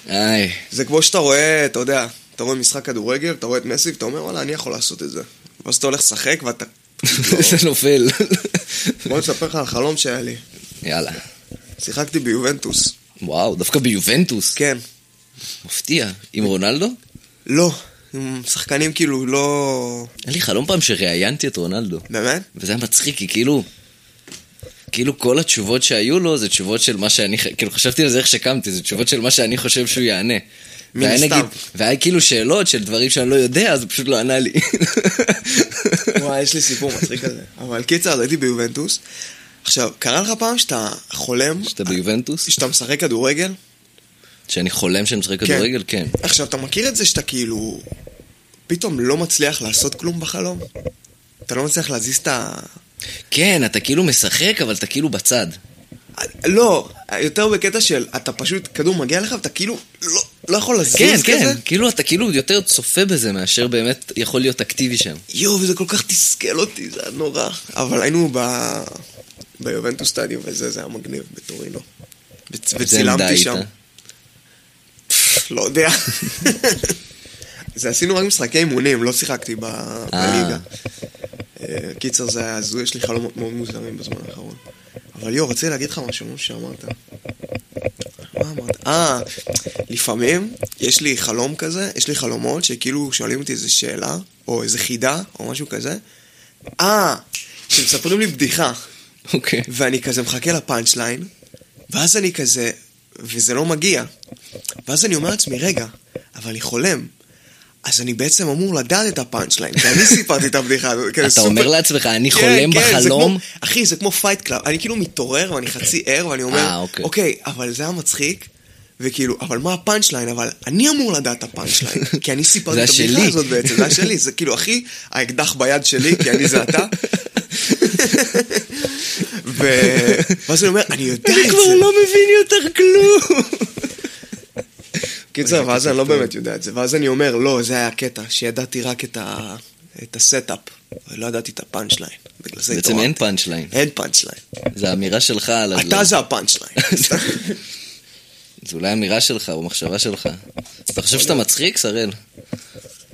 איי,
זה כמו שאתה רואה, אתה יודע, אתה רואה משחק כדורגל, אתה רואה את מסי, ואתה אומר, וואלה, אני יכול לעשות את זה. ואז אתה הולך לשחק, <laughs> ואתה...
זה נופל. <laughs>
בוא נספר לך על חלום שהיה לי.
יאללה.
שיחקתי ביובנטוס.
וואו, דווקא ביובנטוס.
כן.
מפתיע. עם רונלדו?
לא. עם שחקנים כאילו לא...
היה לי חלום פעם שראיינתי את רונלדו.
באמת?
וזה היה מצחיק, כי כאילו... כאילו כל התשובות שהיו לו זה תשובות של מה שאני, ח- כאילו חשבתי על זה איך שקמתי, זה תשובות של מה שאני חושב שהוא יענה.
מן
והיה
הסתם.
נגיד, והיה כאילו שאלות של דברים שאני לא יודע, אז הוא פשוט לא ענה <laughs> לי.
וואי, יש לי סיפור מצחיק על זה. <laughs> אבל קיצר, אז הייתי ביובנטוס. עכשיו, קרה לך פעם שאתה חולם,
שאתה ביובנטוס?
שאתה משחק כדורגל?
שאני חולם שאני משחק כדורגל? כן.
עכשיו, אתה מכיר את זה שאתה כאילו... פתאום לא מצליח לעשות כלום בחלום? אתה לא מצליח להזיז את ה...
כן, אתה כאילו משחק, אבל אתה כאילו בצד.
כן, לא, יותר בקטע של אתה פשוט, כדור מגיע לך ואתה כאילו לא, לא יכול לזוז
כן,
כזה.
כן, כאילו אתה כאילו יותר צופה בזה מאשר באמת יכול להיות אקטיבי שם.
יואו, וזה כל כך תסכל אותי, זה היה נורא. אבל היינו ב... ביובנטוס סטדיום, וזה, זה היה מגניב בטורינו. וצ...
עמדה
וצילמתי
היית.
שם. פפ, לא יודע. זה עשינו רק משחקי אימונים, לא שיחקתי ב... בליגה. אה, קיצר, זה היה הזוי, יש לי חלומות מאוד מוזרים בזמן האחרון. אבל יואו, רציתי להגיד לך משהו, מה שאמרת. מה אמרת? אה, לפעמים יש לי חלום כזה, יש לי חלומות שכאילו שואלים אותי איזה שאלה, או איזה חידה, או משהו כזה. אה, שמספרים לי בדיחה,
אוקיי.
ואני כזה מחכה לפאנצ' ליין, ואז אני כזה, וזה לא מגיע. ואז אני אומר לעצמי, רגע, אבל אני חולם. אז אני בעצם אמור לדעת את הפאנצ' ליין, כי אני סיפרתי את הבדיחה הזאת. כזה
אתה
סופר-
אומר לעצמך, אני
כן,
חולם
כן, זה
בחלום?
כמו- אחי, זה כמו פייט קלאב. אני כאילו מתעורר ואני חצי ער ואני
אה,
אומר,
אוקיי.
אוקיי, אבל זה היה מצחיק. וכאילו, אבל מה הפאנצ' ליין? אבל אני אמור לדעת את
<laughs>
הפאנצ' ליין, כי אני
זה
סיפרתי את
היה
הבדיחה
שלי.
הזאת בעצם, זה היה שלי, זה כאילו, אחי, האקדח ביד שלי, כי אני זה אתה. <laughs> ו... ואז אני אומר, אני יודע את זה.
לא מבין יותר כלום.
<laughs> קיצר,
אוקיי,
ואז אני לא באמת יודע את זה. ואז אני אומר, לא, זה היה הקטע, שידעתי רק את ה... את הסטאפ, ולא ידעתי את הפאנצ' ליין. בגלל זה
בעצם אין
התעוררתי.
פאנצ' ליין.
אין פאנצ' ליין.
זה אמירה שלך על הדבר.
אתה זה הפאנצ'
<laughs>
ליין.
זה אולי אמירה שלך או מחשבה שלך. אתה חושב שאתה מצחיק, שראל?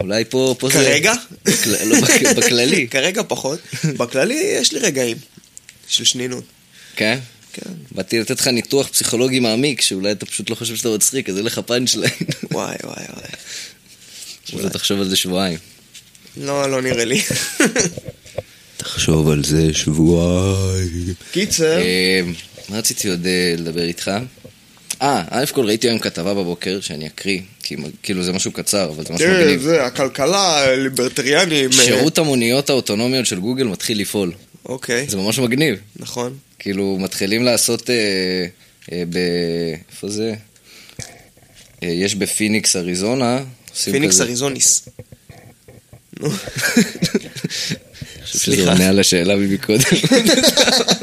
אולי פה... פה זה-
כרגע?
בכל- לא,
<laughs>
בכ- בכללי.
כרגע פחות. בכללי יש לי רגעים של שנינות.
כן?
כן.
באתי לתת לך ניתוח פסיכולוגי מעמיק, שאולי אתה פשוט לא חושב שאתה מצחיק, אז אין לך פאנצ' ליין. <laughs>
וואי וואי וואי.
אולי תחשוב על זה שבועיים.
לא, לא נראה לי. <laughs>
תחשוב על זה שבועיים.
קיצר,
אה, מה רציתי עוד אה, לדבר איתך? אה, א' כל ראיתי היום כתבה בבוקר שאני אקריא, כי מ- כאילו זה משהו קצר, אבל זה משהו
תראה,
מגניב.
כן, זה הכלכלה, ליברטריאנים. אה,
שירות המוניות האוטונומיות של גוגל מתחיל לפעול.
אוקיי,
זה ממש מגניב.
נכון.
כאילו, מתחילים לעשות אה, אה, ב... איפה זה? אה, יש בפיניקס, אריזונה. עושים
פיניקס
כזה- <laughs>
אריזוניס. נו,
אני חושב שזה
סליחה.
עונה על השאלה מקודם.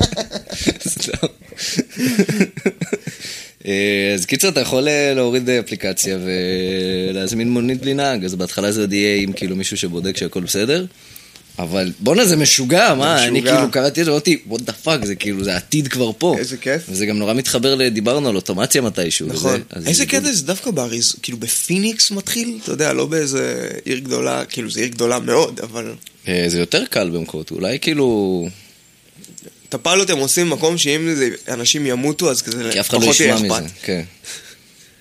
<laughs>
סתם. אה, אז קיצר, אתה יכול אה, להוריד אה, אפליקציה ולהזמין מונית בלי נהג, אז בהתחלה זה עוד יהיה עם כאילו מישהו שבודק שהכל בסדר. אבל בואנה זה משוגע, מה, אני
משוגע.
כאילו קראתי את זה, אמרתי, what the fuck, זה כאילו, זה העתיד כבר פה.
איזה כיף.
וזה גם נורא מתחבר לדיברנו על אוטומציה מתישהו.
נכון.
וזה, אז
איזה
זה כאילו-
קטע זה דווקא באריז... כאילו בפיניקס מתחיל, אתה יודע, לא באיזה עיר גדולה, כאילו זו עיר גדולה מאוד, אבל...
אה, זה יותר קל במקומות, אולי כאילו,
את הפיילוט הם עושים במקום שאם זה- אנשים ימותו, אז כזה
כי אף אחד לא
פחות יהיה
ישמע
אכפת.
מזה, כן.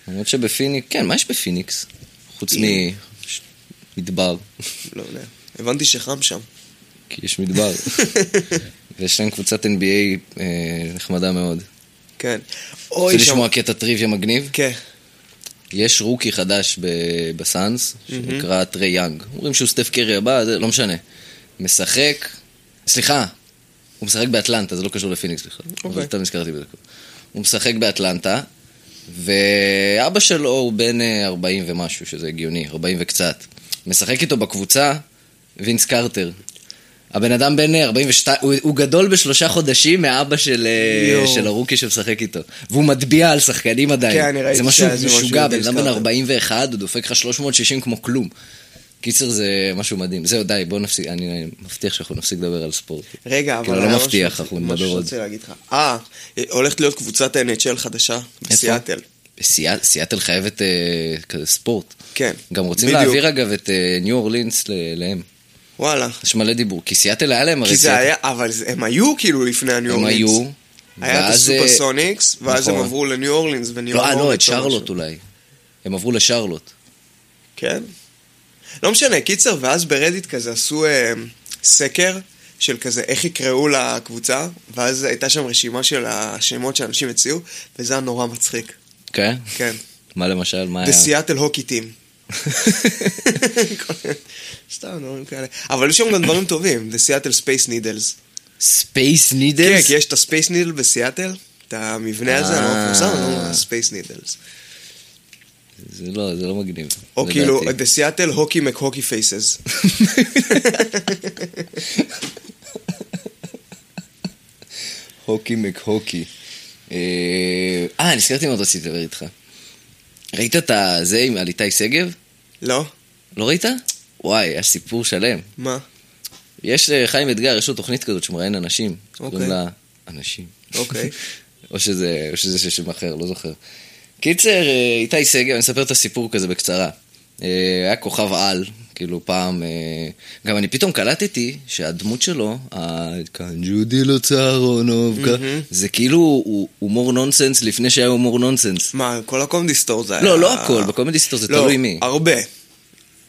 למרות שבפיניקס, כן, מה יש בפיניקס? חוץ
אי.
ממדבר,
לא יודע. הבנתי שחם שם.
כי יש מדבר.
<laughs>
ויש להם קבוצת NBA אה, נחמדה מאוד.
כן.
רוצה
אוי, שם...
לשמוע קטע טריוויה מגניב?
כן.
יש רוקי חדש ב- בסאנס,
Mhm.
שנקרא טרי יאנג. אומרים שהוא סטף קרי הבא, זה לא משנה. משחק, סליחה, הוא משחק באטלנטה, זה לא קשור לפיניקס בכלל. אבל
אוקיי.
אתה נזכרתי בזה. הוא משחק באטלנטה, ואבא שלו הוא בן אה, 40 ומשהו, שזה הגיוני, 40 וקצת. משחק איתו בקבוצה וינס קרטר. הבן אדם בן אה, 42, הוא, הוא גדול בשלושה חודשים מאבא של, אה,
יואו.
של הרוקי שמשחק איתו. והוא מטביע על שחקנים עדיין.
כן, אני ראיתי
זה משהו
שהיה איזה משהו
משוגע, בן אדם
שהזכרת.
בן 41, הוא דופק לך 360 כמו כלום. קיצר זה משהו מדהים. זהו, די, בוא נפסיק, אני מבטיח שאנחנו נפסיק לדבר על ספורט.
רגע, אבל...
כאילו, לא
היה
מבטיח,
משהו-
אנחנו
משהו
נדבר עוד.
שרציתי להגיד לך. אה, הולכת להיות קבוצת ה-NHL חדשה בסיאטל.
סיאט- סיאטל חייבת אה, כזה ספורט.
כן,
גם רוצים
בדיוק.
להעביר אגב את אה, ניו אורלינס ל- להם.
וואלה.
יש מלא דיבור, כי סיאטל היה להם הרי
כי זה
סיאטל.
היה, אבל זה- הם היו כאילו לפני הניו
הם
אורלינס.
היו.
היה את
ואז, אה,
הסופרסוניקס, ואז הם
נכון.
עברו לניו אורלינס וניו
לא, אה, לא,
אורלינס
את
או משהו.
שרלוט אולי. הם עברו לשרלוט.
כן. לא משנה, קיצר, ואז ברדיט כזה עשו אה, סקר של כזה איך יקראו לקבוצה, ואז הייתה שם רשימה של השמות שאנשים הציעו, וזה היה נורא מצחיק,
כן?
כן.
מה למשל, מה
The
היה?
Seattle Hockey Team. <laughs> סתם דברים כאלה. אבל יש שם גם דברים טובים, The Seattle Space Needles.
ספייס
כן,
נידלס?
כי יש את הספייס נידל בסיאטל, את המבנה הזה,
אה.
אני לא מפורסם, הספייס נידלס.
זה לא, זה לא מגניב.
או
לדעתי.
כאילו, The Seattle Hockey McHockey Faces.
הוקי מקהוקי. אה, אה, נזכרתי מה עוד רציתי לדבר איתך. ראית את זה עם- על איתי שגב?
לא?
לא ראית? וואי, היה סיפור שלם.
מה?
יש אה, חיים אתגר, יש לו תוכנית כזאת שמראיין אנשים.
אוקיי.
קוראים לה אנשים.
אוקיי.
או שזה, או שזה של שם אחר, לא זוכר. קיצר, אה, איתי שגב, אני אספר את הסיפור כזה בקצרה. אה, היה כוכב על, כאילו פעם... אה, גם אני פתאום קלטתי שהדמות שלו, ה- כאן ג'ודילו צהרונובקה, זה כאילו הוא- הומור נונסנס לפני שהיה הומור נונסנס.
מה, כל הקומדי סטור זה היה...
לא, לא הכל, בקומדי סטור זה
אה. לא,
תלוי מי.
הרבה.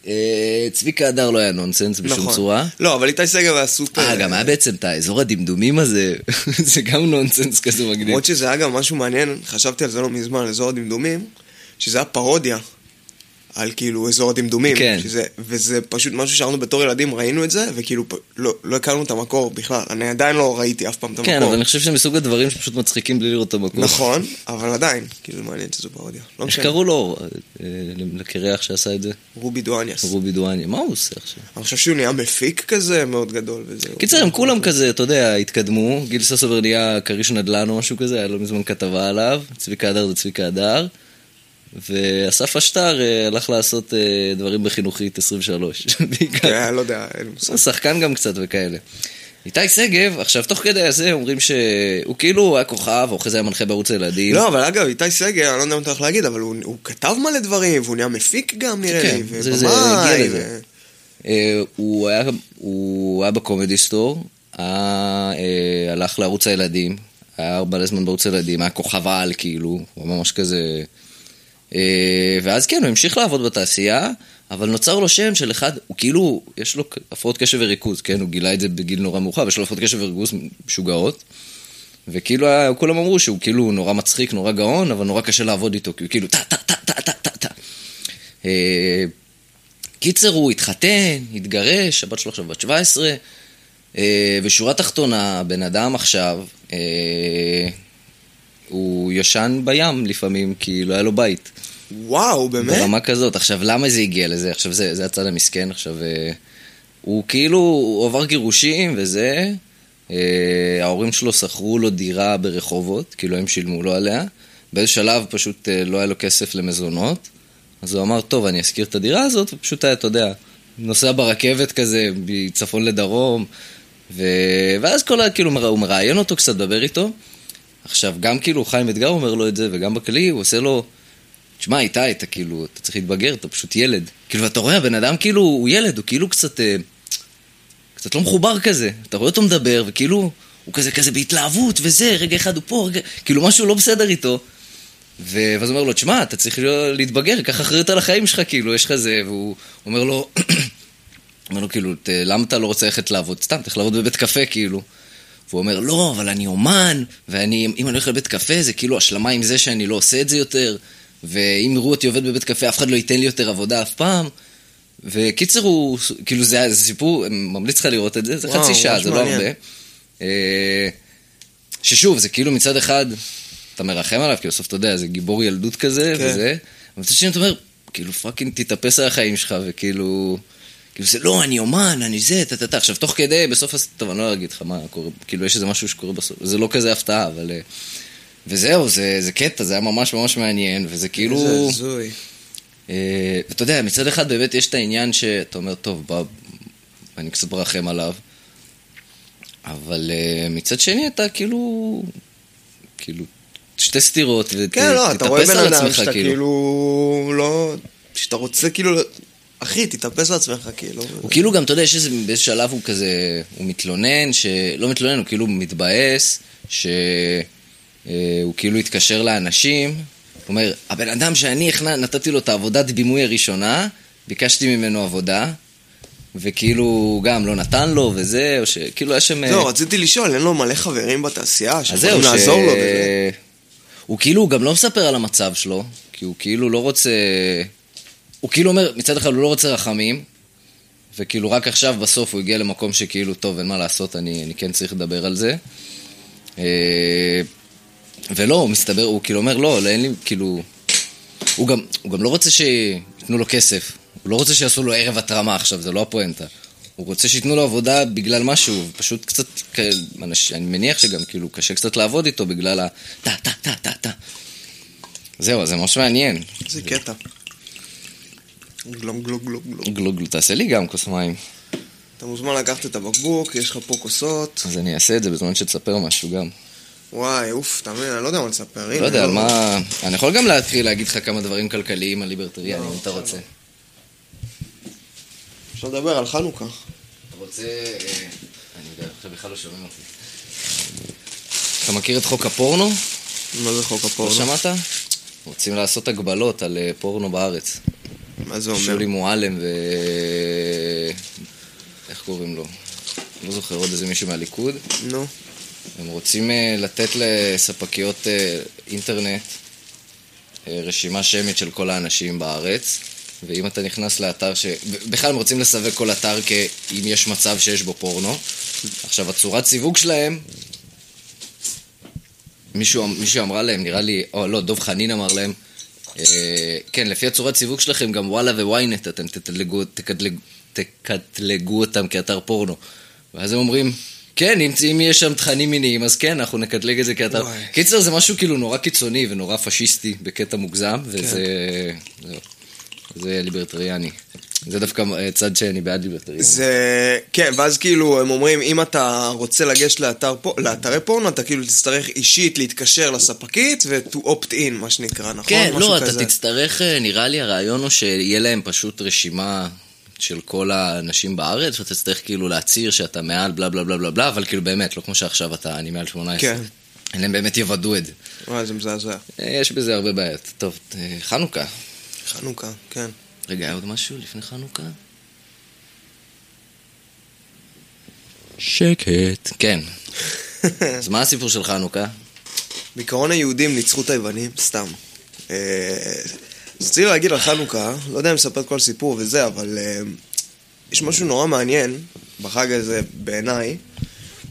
אה, צביקה הדר לא היה נונסנס בשום
נכון.
צורה.
לא, אבל איתי סגל היה סופר...
אה, גם היה בעצם את האזור הדמדומים הזה, <laughs> זה גם נונסנס כזה מגניב.
למרות שזה היה גם משהו מעניין, חשבתי על זה לא מזמן, על אזור הדמדומים, שזה היה פרודיה על כאילו אזור הדמדומים.
כן.
שזה, וזה פשוט משהו שאנחנו בתור ילדים ראינו את זה, וכאילו פ- לא, לא הכרנו את המקור בכלל. אני עדיין לא ראיתי אף פעם את
כן,
המקור.
אבל אני חושב שזה מסוג הדברים שפשוט מצחיקים בלי לראות את המקור.
נכון, אבל עדיין, כאילו מעניין שזו פרודיה. לא
איך
משנה,
קראו לו אה, לקרח שעשה את זה?
רובי דואניאס.
רובי דואני, מה הוא עושה עכשיו?
אני חושב שהוא נהיה מפיק כזה מאוד גדול וזהו.
קיצר, הם כולם כזה, אתה יודע, התקדמו, גיל ססובר נהיה כריש נדל"ן או משהו כזה, היה לא מזמן כתבה עליו, צביקה הדר זה צביקה הדר, ואסף אשטר אה, הלך לעשות אה, דברים בחינוכית 23, <laughs> בעיקר.
כן, לא יודע, אין לי מושג.
הוא שחקן גם קצת וכאלה. איתי שגב, עכשיו תוך כדי הזה אומרים שהוא כאילו היה כוכב, או אחרי זה היה מנחה בערוץ הילדים.
לא, אבל אגב, איתי סגל, אני לא יודע מה אתה הולך להגיד, אבל הוא הוא כתב מלא דברים, והוא נהיה מפיק גם נראה
כן,
לי,
זה- זה
ובמאי,
הגיע
ו-
לזה. אה, הוא היה, הוא היה בקומדי סטור, היה, אה, הלך לערוץ הילדים, היה מלא זמן בערוץ הילדים, היה כוכב על כאילו, הוא ממש כזה... אה, ואז כן, הוא המשיך לעבוד בתעשייה, אבל נוצר לו שם של אחד, הוא כאילו, יש לו הפרעות קשב וריכוז, כן, הוא גילה את זה בגיל נורא מאוחר, ויש לו הפרעות קשב וריכוז משוגעות. וכאילו, היה- כולם אמרו שהוא כאילו נורא מצחיק, נורא גאון, אבל נורא קשה לעבוד איתו, כי הוא כאילו טה טה טה טה טה טה טה. אה, קיצר, הוא התחתן, התגרש, הבת שלו עכשיו בת 17, אה, ושורה תחתונה, בן אדם עכשיו, אה, הוא ישן בים לפעמים, כי לא היה לו בית.
וואו, באמת?
ברמה כזאת. עכשיו, למה זה הגיע לזה? עכשיו, זה, זה הצד המסכן, עכשיו... אה, הוא כאילו, הוא עבר גירושים וזה, אה, ההורים שלו שכרו לו דירה ברחובות, כאילו הם שילמו לו עליה. באיזה שלב פשוט אה, לא היה לו כסף למזונות, אז הוא אמר, טוב, אני אשכיר את הדירה הזאת, ופשוט היה, אתה יודע, נוסע ברכבת כזה, מצפון לדרום, ו... ואז כל ה... כאילו, הוא מראיין אותו קצת, מדבר איתו. עכשיו, גם כאילו חיים אתגר אומר לו את זה, וגם בכלי, הוא עושה לו... תשמע, איתי, אתה כאילו, אתה צריך להתבגר, אתה פשוט ילד. כאילו, אתה רואה, הבן אדם כאילו, הוא ילד, הוא כאילו קצת... אה, קצת לא מחובר כזה. אתה רואה אותו מדבר, וכאילו, הוא כזה כזה בהתלהבות, וזה, רגע אחד הוא פה, רגע... כאילו, משהו לא בסדר איתו. ו- ואז הוא אומר לו, תשמע, אתה צריך להיות- להתבגר, קח אחריות על החיים שלך, כאילו, יש לך זה, והוא אומר לו, <clears throat> אומר לו, כאילו, "ת- למה אתה לא רוצה ללכת לעבוד? סתם, תלך לעבוד בבית קפה, כאילו. והוא אומר, לא, אבל אני אומן, ואני, אם אני הולך לבית קפה, זה כאילו השלמה עם זה שאני לא עושה את זה יותר, ואם יראו אותי עובד בבית קפה, אף אחד לא ייתן לי יותר עבודה אף פעם. וקיצר, הוא, כאילו, זה, זה סיפור, ממליץ לך לראות את זה, זה
וואו,
חצי שעה,
ממש
זה לא
מעניין.
הרבה. אה, ששוב, זה כאילו מצד אחד, אתה מרחם עליו, כי בסוף אתה יודע, זה גיבור ילדות כזה,
כן.
וזה, אבל מצד שני אתה אומר, כאילו פאקינג תתאפס על החיים שלך, וכאילו, כאילו זה לא, אני אומן, אני זה, טה טה טה, עכשיו תוך כדי, בסוף, הס- טוב, אני לא אגיד לך מה קורה, כאילו יש איזה משהו שקורה בסוף, זה לא כזה הפתעה, אבל... אה, וזהו, זה, זה קטע, זה היה ממש ממש מעניין, וזה כאילו...
איזה הזוי.
אה, אתה יודע, מצד אחד באמת יש את העניין שאתה אומר, טוב, בא, אני קצת מרחם עליו, אבל אה, מצד שני אתה כאילו, כאילו, שתי סטירות, ות-
כן, לא, אתה רואה
תתאפס
בן
על
אדם
עצמך,
שאתה
כאילו.
כאילו, לא, שאתה רוצה כאילו, אחי, תתאפס על עצמך, כאילו.
הוא כאילו גם, אתה יודע, יש איזה, באיזה שלב הוא כזה, הוא מתלונן, שלא מתלונן, הוא כאילו מתבאס, שהוא כאילו התקשר לאנשים, הוא אומר, הבן אדם שאני הכנע, נתתי לו את העבודת בימוי הראשונה, ביקשתי ממנו עבודה, וכאילו הוא גם לא נתן לו וזה, או שכאילו היה שם... אה,
לא, רציתי לשאול, אין לו מלא חברים בתעשייה
אז
שיכולים
זהו, ש...
לעזור לו בזה.
הוא כאילו הוא גם לא מספר על המצב שלו, כי הוא כאילו לא רוצה... הוא כאילו אומר, מצד אחד הוא לא רוצה רחמים, וכאילו רק עכשיו בסוף הוא הגיע למקום שכאילו, טוב, אין מה לעשות, אני, אני כן צריך לדבר על זה. אה, ולא, הוא מסתבר, הוא כאילו אומר, לא, לא, אין לי, כאילו... הוא גם, הוא גם לא רוצה שייתנו לו כסף, הוא לא רוצה שיעשו לו ערב התרמה עכשיו, זה לא הפואנטה. הוא רוצה שייתנו לו עבודה בגלל משהו, פשוט קצת, כ- אנש- אני מניח שגם כאילו קשה קצת לעבוד איתו בגלל ה... טה, טה, טה, טה, טה. זהו, אז זה ממש מעניין.
איזה קטע. גלום גלום גלום גלום.
גלוגל, תעשה לי גם כוס מים.
אתה מוזמן לקחת את הבקבוק, יש לך פה כוסות.
אז אני אעשה את זה בזמן שתספר משהו גם.
וואי, אוף, אתה מבין, אני לא יודע מה לספר. הנה,
לא יודע, על מה... אני יכול גם להתחיל להגיד לך כמה דברים כלכליים על ליברטריאנים, אם אתה רוצה.
אפשר לדבר על חנוכה.
אתה רוצה... אה, אני יודע, עכשיו בכלל לא שומעים אותי. אתה מכיר את חוק הפורנו?
מה זה חוק
לא
הפורנו?
שמעת? רוצים לעשות הגבלות על אה, פורנו בארץ.
מה זה אומר?
שולי מועלם ו... איך קוראים לו? לא זוכר עוד איזה מישהו מהליכוד.
נו.
הם רוצים אה, לתת לספקיות אה, אינטרנט אה, רשימה שמית של כל האנשים בארץ, ואם אתה נכנס לאתר ש... ב- בכלל הם רוצים לסווג כל אתר כאם יש מצב שיש בו פורנו. עכשיו, הצורת סיווג שלהם... מישהו, מישהו אמרה להם, נראה לי, או לא, דב חנין אמר להם, אה, כן, לפי הצורת סיווג שלכם, גם וואלה וויינט, אתם תקטלגו, תקטלג, תקטלגו אותם כאתר פורנו. ואז הם אומרים, כן, אם, אם יש שם תכנים מיניים, אז כן, אנחנו נקטלג את זה כאתר.
וואי.
קיצר, זה משהו כאילו נורא קיצוני ונורא פשיסטי בקטע מוגזם, וזה... זהו. זה ליברטריאני. זה דווקא אה, צד שאני בעד ליברטריאני.
זה... כן, ואז כאילו הם אומרים, אם אתה רוצה לגשת לאתר פור- לאתרי פורנו, אתה כאילו תצטרך אישית להתקשר לספקית ו-to opt in, מה שנקרא, נכון?
כן,
משהו
לא,
כזה.
אתה תצטרך, אה, נראה לי הרעיון הוא שיהיה להם פשוט רשימה של כל האנשים בארץ, ואתה תצטרך כאילו להצהיר שאתה מעל בלה בלה בלה בלה בלה, אבל כאילו באמת, לא כמו שעכשיו אתה, אני מעל 18.
כן.
הם באמת יוודאו את זה.
וואי, זה מזעזע.
אה, יש בזה הרבה בעיות. טוב, אה, חנוכה.
חנוכה, כן. <laughs>
רגע, היה עוד משהו לפני חנוכה? שקט. כן. אז מה הסיפור של חנוכה?
בעיקרון היהודים ניצחו את היוונים, סתם. אה, אז רציתי להגיד על חנוכה, לא יודע אם לספר את כל הסיפור וזה, אבל אה, יש משהו נורא מעניין בחג הזה, בעיניי,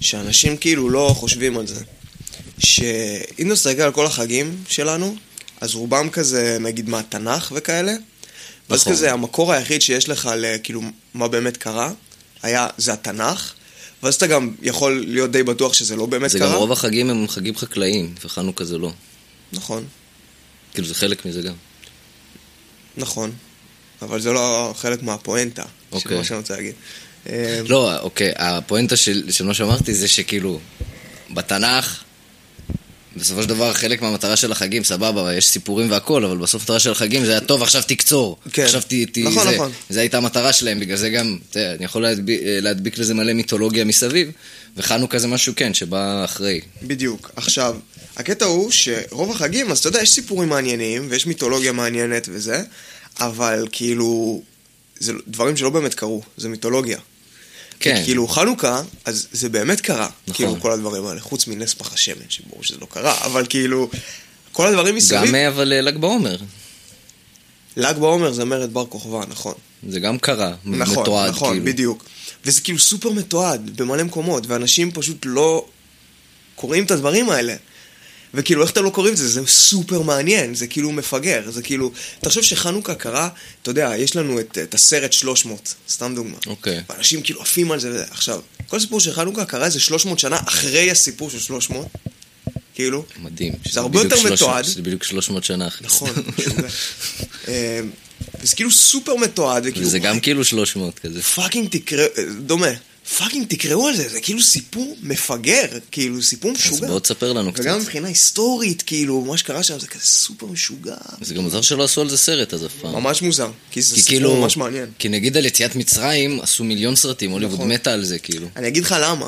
שאנשים כאילו לא חושבים על זה. שאם נסתכל על כל החגים שלנו, אז רובם כזה, נגיד, מהתנ"ך וכאלה, ואז
נכון.
כזה המקור היחיד שיש לך לכאילו מה באמת קרה, היה, זה התנ"ך, ואז אתה גם יכול להיות די בטוח שזה לא באמת
זה
קרה.
גם רוב החגים הם חגים חקלאיים, וחנוכה זה לא.
נכון.
כאילו, זה חלק מזה גם.
נכון, אבל זה לא חלק מהפואנטה, של
אוקיי.
מה שאני רוצה להגיד. אה,
לא, אוקיי, הפואנטה של, של מה שאמרתי זה שכאילו, בתנ"ך, בסופו של דבר חלק מהמטרה של החגים, סבבה, יש סיפורים והכל, אבל בסוף המטרה של החגים זה היה טוב, עכשיו תקצור.
כן.
עכשיו ת... ת
נכון,
זה,
נכון.
זה הייתה המטרה שלהם, בגלל זה גם, אתה יודע, אני יכול להדביק, להדביק לזה מלא מיתולוגיה מסביב, וחנוכה זה משהו, כן, שבא אחרי.
בדיוק. עכשיו, הקטע הוא שרוב החגים, אז אתה יודע, יש סיפורים מעניינים, ויש מיתולוגיה מעניינת וזה, אבל כאילו, זה דברים שלא באמת קרו, זה מיתולוגיה.
כן.
כאילו, חנוכה, אז זה באמת קרה.
נכון.
כאילו, כל הדברים האלה, חוץ מנס פח השמן, שברור שזה לא קרה, אבל כאילו, כל הדברים מסביב...
גם, אה, אבל אה, ל"ג בעומר,
ל"ג בעומר זה מרד בר כוכבא, נכון.
זה גם קרה,
נכון,
מתועד,
נכון,
כאילו.
בדיוק. וזה כאילו סופר מתועד במלא מקומות, ואנשים פשוט לא קוראים את הדברים האלה. וכאילו, איך אתם לא קוראים את זה? זה סופר מעניין, זה כאילו מפגר, זה כאילו... תחשוב שחנוכה קרה, אתה יודע, יש לנו את, את הסרט 300, סתם דוגמה.
אוקיי.
ואנשים כאילו עפים על זה וזה. עכשיו, כל הסיפור של חנוכה קרה איזה 300 שנה אחרי הסיפור של 300, כאילו.
מדהים. שזה
הרבה
בדיוק
יותר
300
מתועד.
שזה בדיוק 300 שנה אחרי. <laughs>
נכון. שזה- <laughs> אה, וזה כאילו סופר מתועד, וכאילו...
וזה גם כאילו 300 כזה.
פאקינג תקרה, אה, דומה. פאקינג תקראו על זה, זה כאילו סיפור מפגר, כאילו סיפור משוגע.
אז בוא תספר לנו קצת.
וגם מבחינה היסטורית, כאילו, מה שקרה שם זה כזה סופר משוגע.
זה גם מוזר שלא עשו על זה סרט אז אף פעם.
ממש מוזר, כי זה
נכון. כי
סיפור
כאילו,
ממש מעניין.
כי נגיד על יציאת מצרים עשו מיליון סרטים, הוליווד
נכון.
מתה על זה כאילו.
אני אגיד לך למה.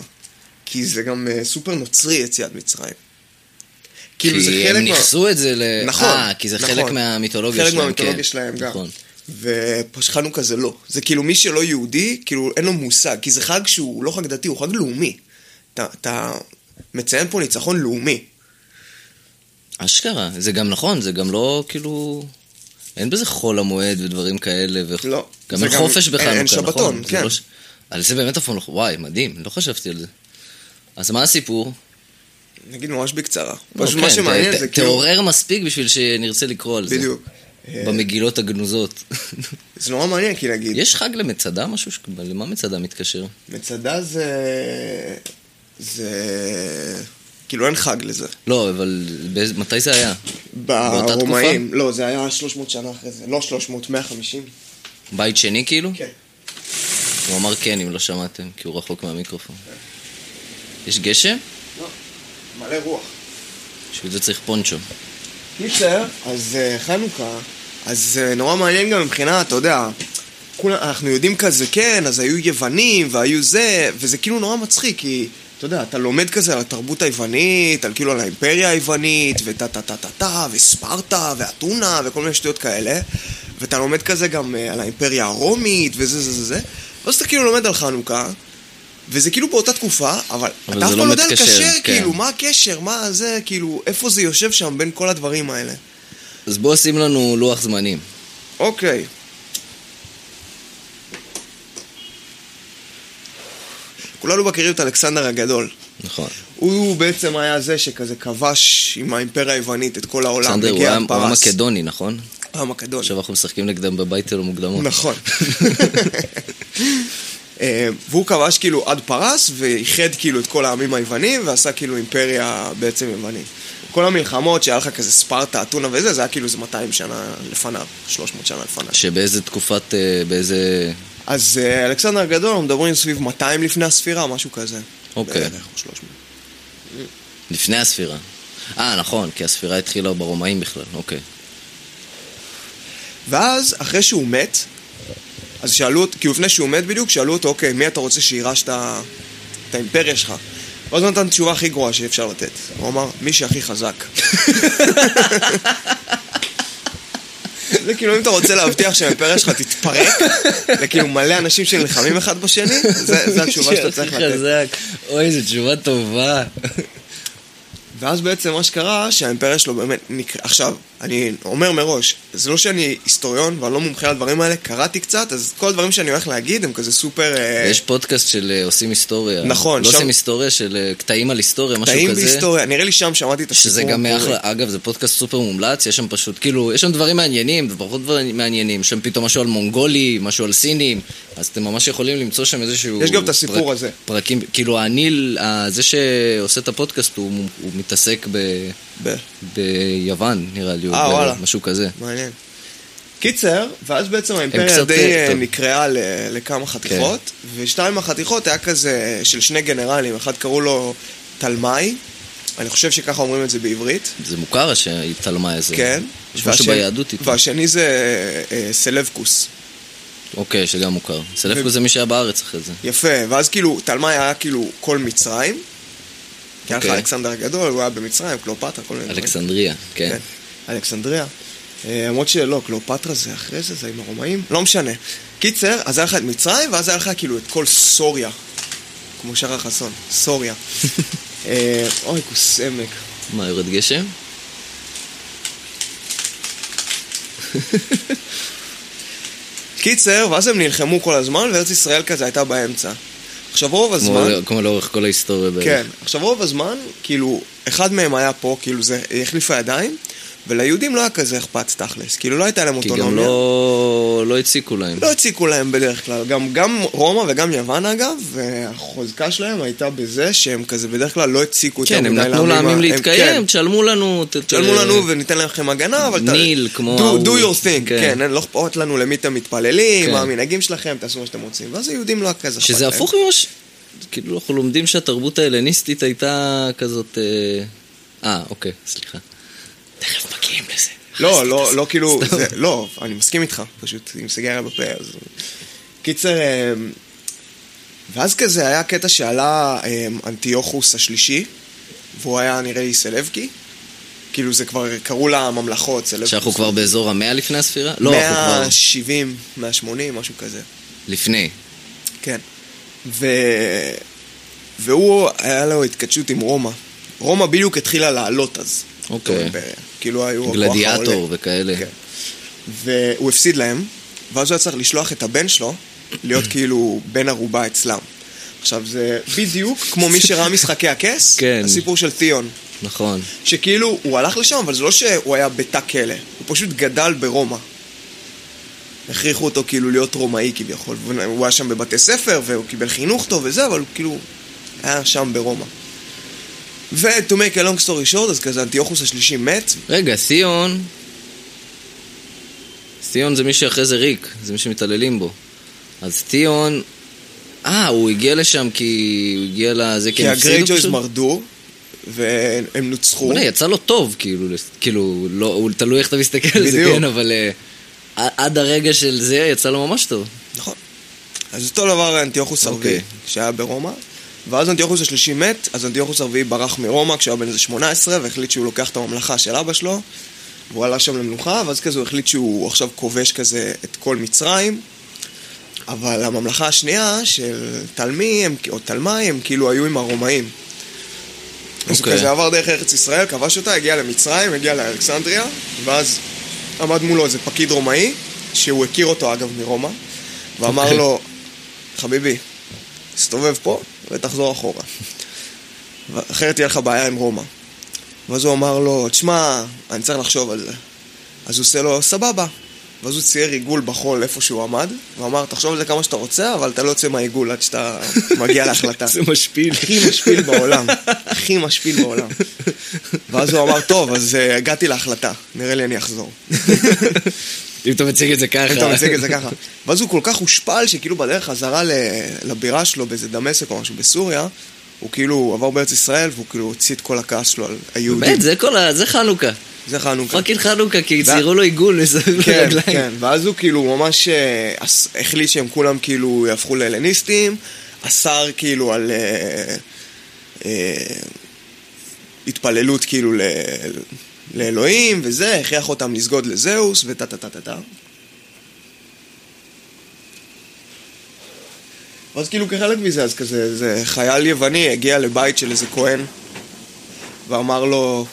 כי זה גם אה, סופר נוצרי יציאת מצרים. כאילו זה
כי
חלק
הם
מה...
ניכסו את זה ל...
נכון,
אה, כי זה חלק
נכון.
מהמיתולוגיה
חלק
שלהם, כן.
מהמיתולוגיה שלהם גם.
נכון.
ופשוט חנוכה זה לא. זה כאילו מי שלא יהודי, כאילו אין לו מושג. כי זה חג שהוא לא חג דתי, הוא חג לאומי. אתה- אתה מציין פה ניצחון לאומי.
אשכרה, זה גם נכון, זה גם לא כאילו... אין בזה חול המועד ודברים כאלה. ו...
לא.
גם
זה
אין
גם-
חופש בחנוכה,
אין- אין
נכון?
שבתון,
זה
כן.
לא ש- על זה באמת אף פעם לא... וואי, מדהים, לא חשבתי על זה. אז מה הסיפור?
נגיד ממש בקצרה.
לא,
פשוט מה
כן,
שמעניין
ת-
זה
ת-
כאילו...
תעורר מספיק בשביל שנרצה לקרוא על זה.
בדיוק. אה,
במגילות
<laughs>
הגנוזות.
זה נורא מעניין, כי נגיד...
יש חג למצדה משהו? ש- למה מצדה מתקשר?
מצדה זה... זה... כאילו אין חג לזה.
לא, אבל באיזה- מתי זה היה? באותה תקופה?
ברומאים. לא, זה היה 300 שנה אחרי זה. לא 300, 150.
בית שני כאילו?
כן.
הוא אמר כן אם לא שמעתם, כי הוא רחוק מהמיקרופון. יש גשם?
לא. מלא רוח.
בשביל זה צריך פונצ'ו.
קיצר, אז אה, חנוכה, אז אה, נורא מעניין גם מבחינה, אתה יודע, כולם, אנחנו יודעים כזה, כן, אז היו יוונים והיו זה, וזה כאילו נורא מצחיק, כי, אתה יודע, אתה לומד כזה על התרבות היוונית, על כאילו על האימפריה היוונית, וטה טה טה טה טה, וספרטה, ואתונה, וכל מיני שטויות כאלה, ואתה לומד כזה גם אה, על האימפריה הרומית, וזה זה זה זה, ואז אתה כאילו לומד על חנוכה. וזה כאילו באותה תקופה, אבל,
אבל
אתה
זה
אף פעם
לא
לא יודע
מתקשר,
לקשר,
כן.
כאילו, מה הקשר, מה זה, כאילו, איפה זה יושב שם בין כל הדברים האלה.
אז בוא שים לנו לוח זמנים.
אוקיי. כולנו מכירים את אלכסנדר הגדול.
נכון.
הוא בעצם היה זה שכזה כבש עם האימפריה היוונית את כל העולם.
סנדר הוא
הגיע
היה-
עד
הוא היה
פרס.
מקדוני, נכון?
הוא היה מקדון.
עכשיו אנחנו משחקים נגדם בבית אלו מוקדמות. <laughs>
נכון. אה, והוא כבש כאילו עד פרס, ואיחד כאילו את כל העמים היוונים, ועשה כאילו אימפריה בעצם יוונית. כל המלחמות שהיה לך כזה ספרטה, אתונה וזה, זה היה כאילו איזה 200 שנה לפניו, 300 שנה לפניו.
שבאיזה תקופת, אה, באיזה...
אז אה, אלכסנדר הגדול, אנחנו מדברים סביב 200 לפני הספירה, משהו כזה.
אוקיי.
בערך, או 300.
לפני הספירה. אה, נכון, כי הספירה התחילה ברומאים בכלל, אוקיי.
ואז, אחרי שהוא מת, אז שאלו אותו, כאילו לפני שהוא מת בדיוק, שאלו אותו, אוקיי, מי אתה רוצה שירש את ה- את האימפריה שלך? ואז הוא נתן תשובה הכי גרועה שאפשר לתת. הוא אמר, מי שהכי חזק. <laughs> זה כאילו, אם אתה רוצה להבטיח שהאימפריה שלך תתפרק, זה כאילו מלא אנשים שנלחמים אחד בשני, זה זה התשובה שאתה
<laughs>
צריך
הכי
לתת.
חזק. אוי, זו תשובה טובה.
ואז בעצם מה שקרה, שהאימפריה שלו באמת נקרא... עכשיו, אני אומר מראש, זה לא שאני היסטוריון ואני לא מומחה לדברים האלה, קראתי קצת, אז כל הדברים שאני הולך להגיד הם כזה סופר... אה,
יש פודקאסט של אה, עושים היסטוריה.
נכון,
לא
שם-
עושים היסטוריה של אה, קטעים על היסטוריה, משהו
טעים
כזה.
בהיסטוריה, נראה לי שם שמעתי את הסיפור. כאילו,
שזה גם
המקורי.
אחלה, אגב, זה פודקאסט סופר מומלץ, יש שם פשוט, כאילו, יש שם דברים מעניינים ופחות דברים מעניינים, שם פתאום משהו על מונגולי, משהו על סינים, אז אתם ממש יכולים למצוא שם איזשהו...
יש גם את הסיפור
פרק-
הזה.
פרקים, כאילו, הניל, ה- זה שעושה את הפודקאסט, הוא מ- הוא מתעסק ב...
ב-
ביוון, נראה לי, או
אה,
ב-
וואלה.
משהו כזה.
מעניין. קיצר, ואז בעצם האימפריה
קצת,
די
אה,
אה,
טוב. כן.
נקרעה ל- לכמה חתיכות, ושתיים מהחתיכות היה כזה אה, של שני גנרלים, אחד קראו לו תלמי, אני חושב שככה אומרים את זה בעברית.
זה מוכר, שהתעלמה איזה...
כן.
יש משהו
והשני-
ביהדות איתו.
והשני זה אה, סלבקוס.
אוקיי, שגם מוכר. סלפקו זה מי שהיה בארץ אחרי זה.
יפה, ואז כאילו, תלמי היה כאילו כל מצרים. כי היה לך
אוקיי.
אלכסנדר הגדול, הוא היה במצרים, קלאופטרה, כל מיני דברים.
אלכסנדריה, כן.
כן, אלכסנדריה. אה, למרות שלא, קלאופטרה זה אחרי זה, זה עם הרומאים, לא משנה. קיצר, אז היה לך את מצרים, ואז היה לך כאילו את כל סוריה. כמו שרה חסון,
<laughs>
סוריה. אה, אוי, כוס עמק.
מה, יורד גשם?
קיצר, ואז הם נלחמו כל הזמן, וארץ ישראל כזה הייתה באמצע. עכשיו רוב
כמו-
הזמן...
כמו לאורך כל ההיסטוריה בערך.
כן, עכשיו רוב הזמן, כאילו, אחד מהם היה פה, כאילו זה החליף הידיים, וליהודים לא היה כזה אכפת תכלס, כאילו לא הייתה להם
כי
אוטונומיה.
גם לא, לא הציקו להם.
לא הציקו להם בדרך כלל, גם, גם רומא וגם יוון אגב, והחוזקה שלהם הייתה בזה שהם כזה בדרך כלל לא הציקו
כן,
יותר
הם
מדי
נתנו
לעמים
לעמים
ה- הם-
להתקיים,
כן,
תשלמו לנו. ת- ת-
תשלמו לנו וניתן לכם הגנה, אבל... ת-
ניל, כמו
do,
ההוא.
do your thing,
כן.
כן, אין- לא אכפת לנו למי אתם מתפללים,
כן.
מה המנהגים שלכם, תעשו מה שאתם רוצים. ואז היהודים לא היה כזה אכפת
שזה
להם.
הפוך ממה ש... כאילו אנחנו לומדים שהתרבות ההלניסטית הייתה כזאת... אה, אה, אוקיי, סליחה. תכף מגיעים לזה. <laughs>
לא,
הרסתי את
לא,
הס-
לא כאילו,
סתם.
זה- לא, אני מסכים איתך, פשוט עם סיגריה בפה, אז... קיצר, אמ, ואז כזה היה קטע שעלה אמ, אנטיוכוס השלישי, והוא היה נראה לי סלבקי, כאילו זה כבר, קראו לה ממלכות, סלבקי.
שאנחנו כבר באזור המאה לפני הספירה? לא, אנחנו כבר
170, 180, משהו כזה.
לפני.
כן. ו... והוא, היה לו התכתשות עם רומא. רומא בדיוק התחילה לעלות אז.
אוקיי.
זאת אומרת, כאילו היו הכוח העולה.
גלדיאטור וכאלה.
כן. והוא הפסיד להם, ואז הוא היה צריך לשלוח את הבן שלו להיות כאילו בן ערובה אצלם. עכשיו זה בדיוק כמו מי שראה משחקי הכס,
כן.
הסיפור של תיאון.
נכון.
שכאילו הוא הלך לשם, אבל זה לא שהוא היה בתא כלא, הוא פשוט גדל ברומא. הכריחו אותו כאילו להיות רומאי כביכול, הוא היה שם בבתי ספר והוא קיבל חינוך טוב וזה, אבל הוא כאילו היה שם ברומא. ו-to make a long story short, אז כזה אנטיוכוס השלישי מת,
רגע, סיון... סיון זה מי שאחרי זה ריק, זה מי שמתעללים בו. אז טיון... אה, הוא הגיע לשם כי הוא הגיע לזה
כי
כי הם
הגריי
הפסידו
ג'ויז
פשוט?
מרדו, והם נוצחו.
בוא'נה, יצא לו טוב, כאילו, לס- כאילו, לא, הוא תלוי איך אתה מסתכל על זה,
בדיוק.
כן, אבל אה, ע- עד הרגע של זה יצא לו ממש טוב.
נכון. אז אותו דבר אנטיוכוס
אוקיי.
הרביעי, שהיה ברומא, ואז אנטיוכוס השלישי מת, אז אנטיוכוס הרביעי ברח מרומא כשהוא היה בן איזה 18, והחליט שהוא לוקח את הממלכה של אבא שלו, והוא עלה שם למנוחה, ואז כזה הוא החליט שהוא עכשיו כובש כזה את כל מצרים, אבל הממלכה השנייה של תלמי, הם- או תלמי, הם כאילו היו עם הרומאים. אז הוא
אוקיי.
כזה עבר דרך ארץ ישראל, כבש אותה, הגיע למצרים, הגיע לאלכסנדריה, ואז עמד מולו איזה פקיד רומאי, שהוא הכיר אותו אגב מרומא, ואמר
אוקיי.
לו, חביבי, תסתובב פה ותחזור אחורה. אחרת תהיה לך בעיה עם רומא. ואז הוא אמר לו, תשמע, אני צריך לחשוב על זה. אז הוא עושה לו, סבבה. ואז הוא צייר עיגול בחול איפה שהוא עמד, ואמר, תחשוב על זה כמה שאתה רוצה, אבל אתה לא יוצא מהעיגול עד שאתה מגיע להחלטה.
משפיל.
<laughs> הכי אה, משפיל בעולם, הכי משפיל בעולם. ואז הוא אמר, טוב, אז אה, הגעתי להחלטה, נראה לי אני אחזור.
<laughs> אם אתה מציג את זה ככה.
איך אתה מציג את זה ככה? ואז הוא כל כך הושפל, שכאילו בדרך חזרה ל- לבירה שלו באיזה דמשק או משהו בסוריה, הוא כאילו עבר בארץ ישראל, והוא כאילו הוציא את כל הכעס שלו על היהודים.
באמת, זה אוקיי. כל ה... זה חנוכה.
זה חנוכה.
פאקינג חנוכה, כי
זה-
ציירו לו עיגול מסביב <laughs>
כן,
לרגליים.
כן, ואז הוא כאילו ממש אה, עש- החליט שהם כולם כאילו יהפכו להלניסטים, אסר כאילו על אה, אה, התפללות כאילו ל- לאלוהים וזה, הכריח אותם לסגוד לזהוס וטה טה טה טה טה. ואז כאילו כחלק מזה, אז כזה, איזה חייל יווני הגיע לבית של איזה כהן ואמר לו,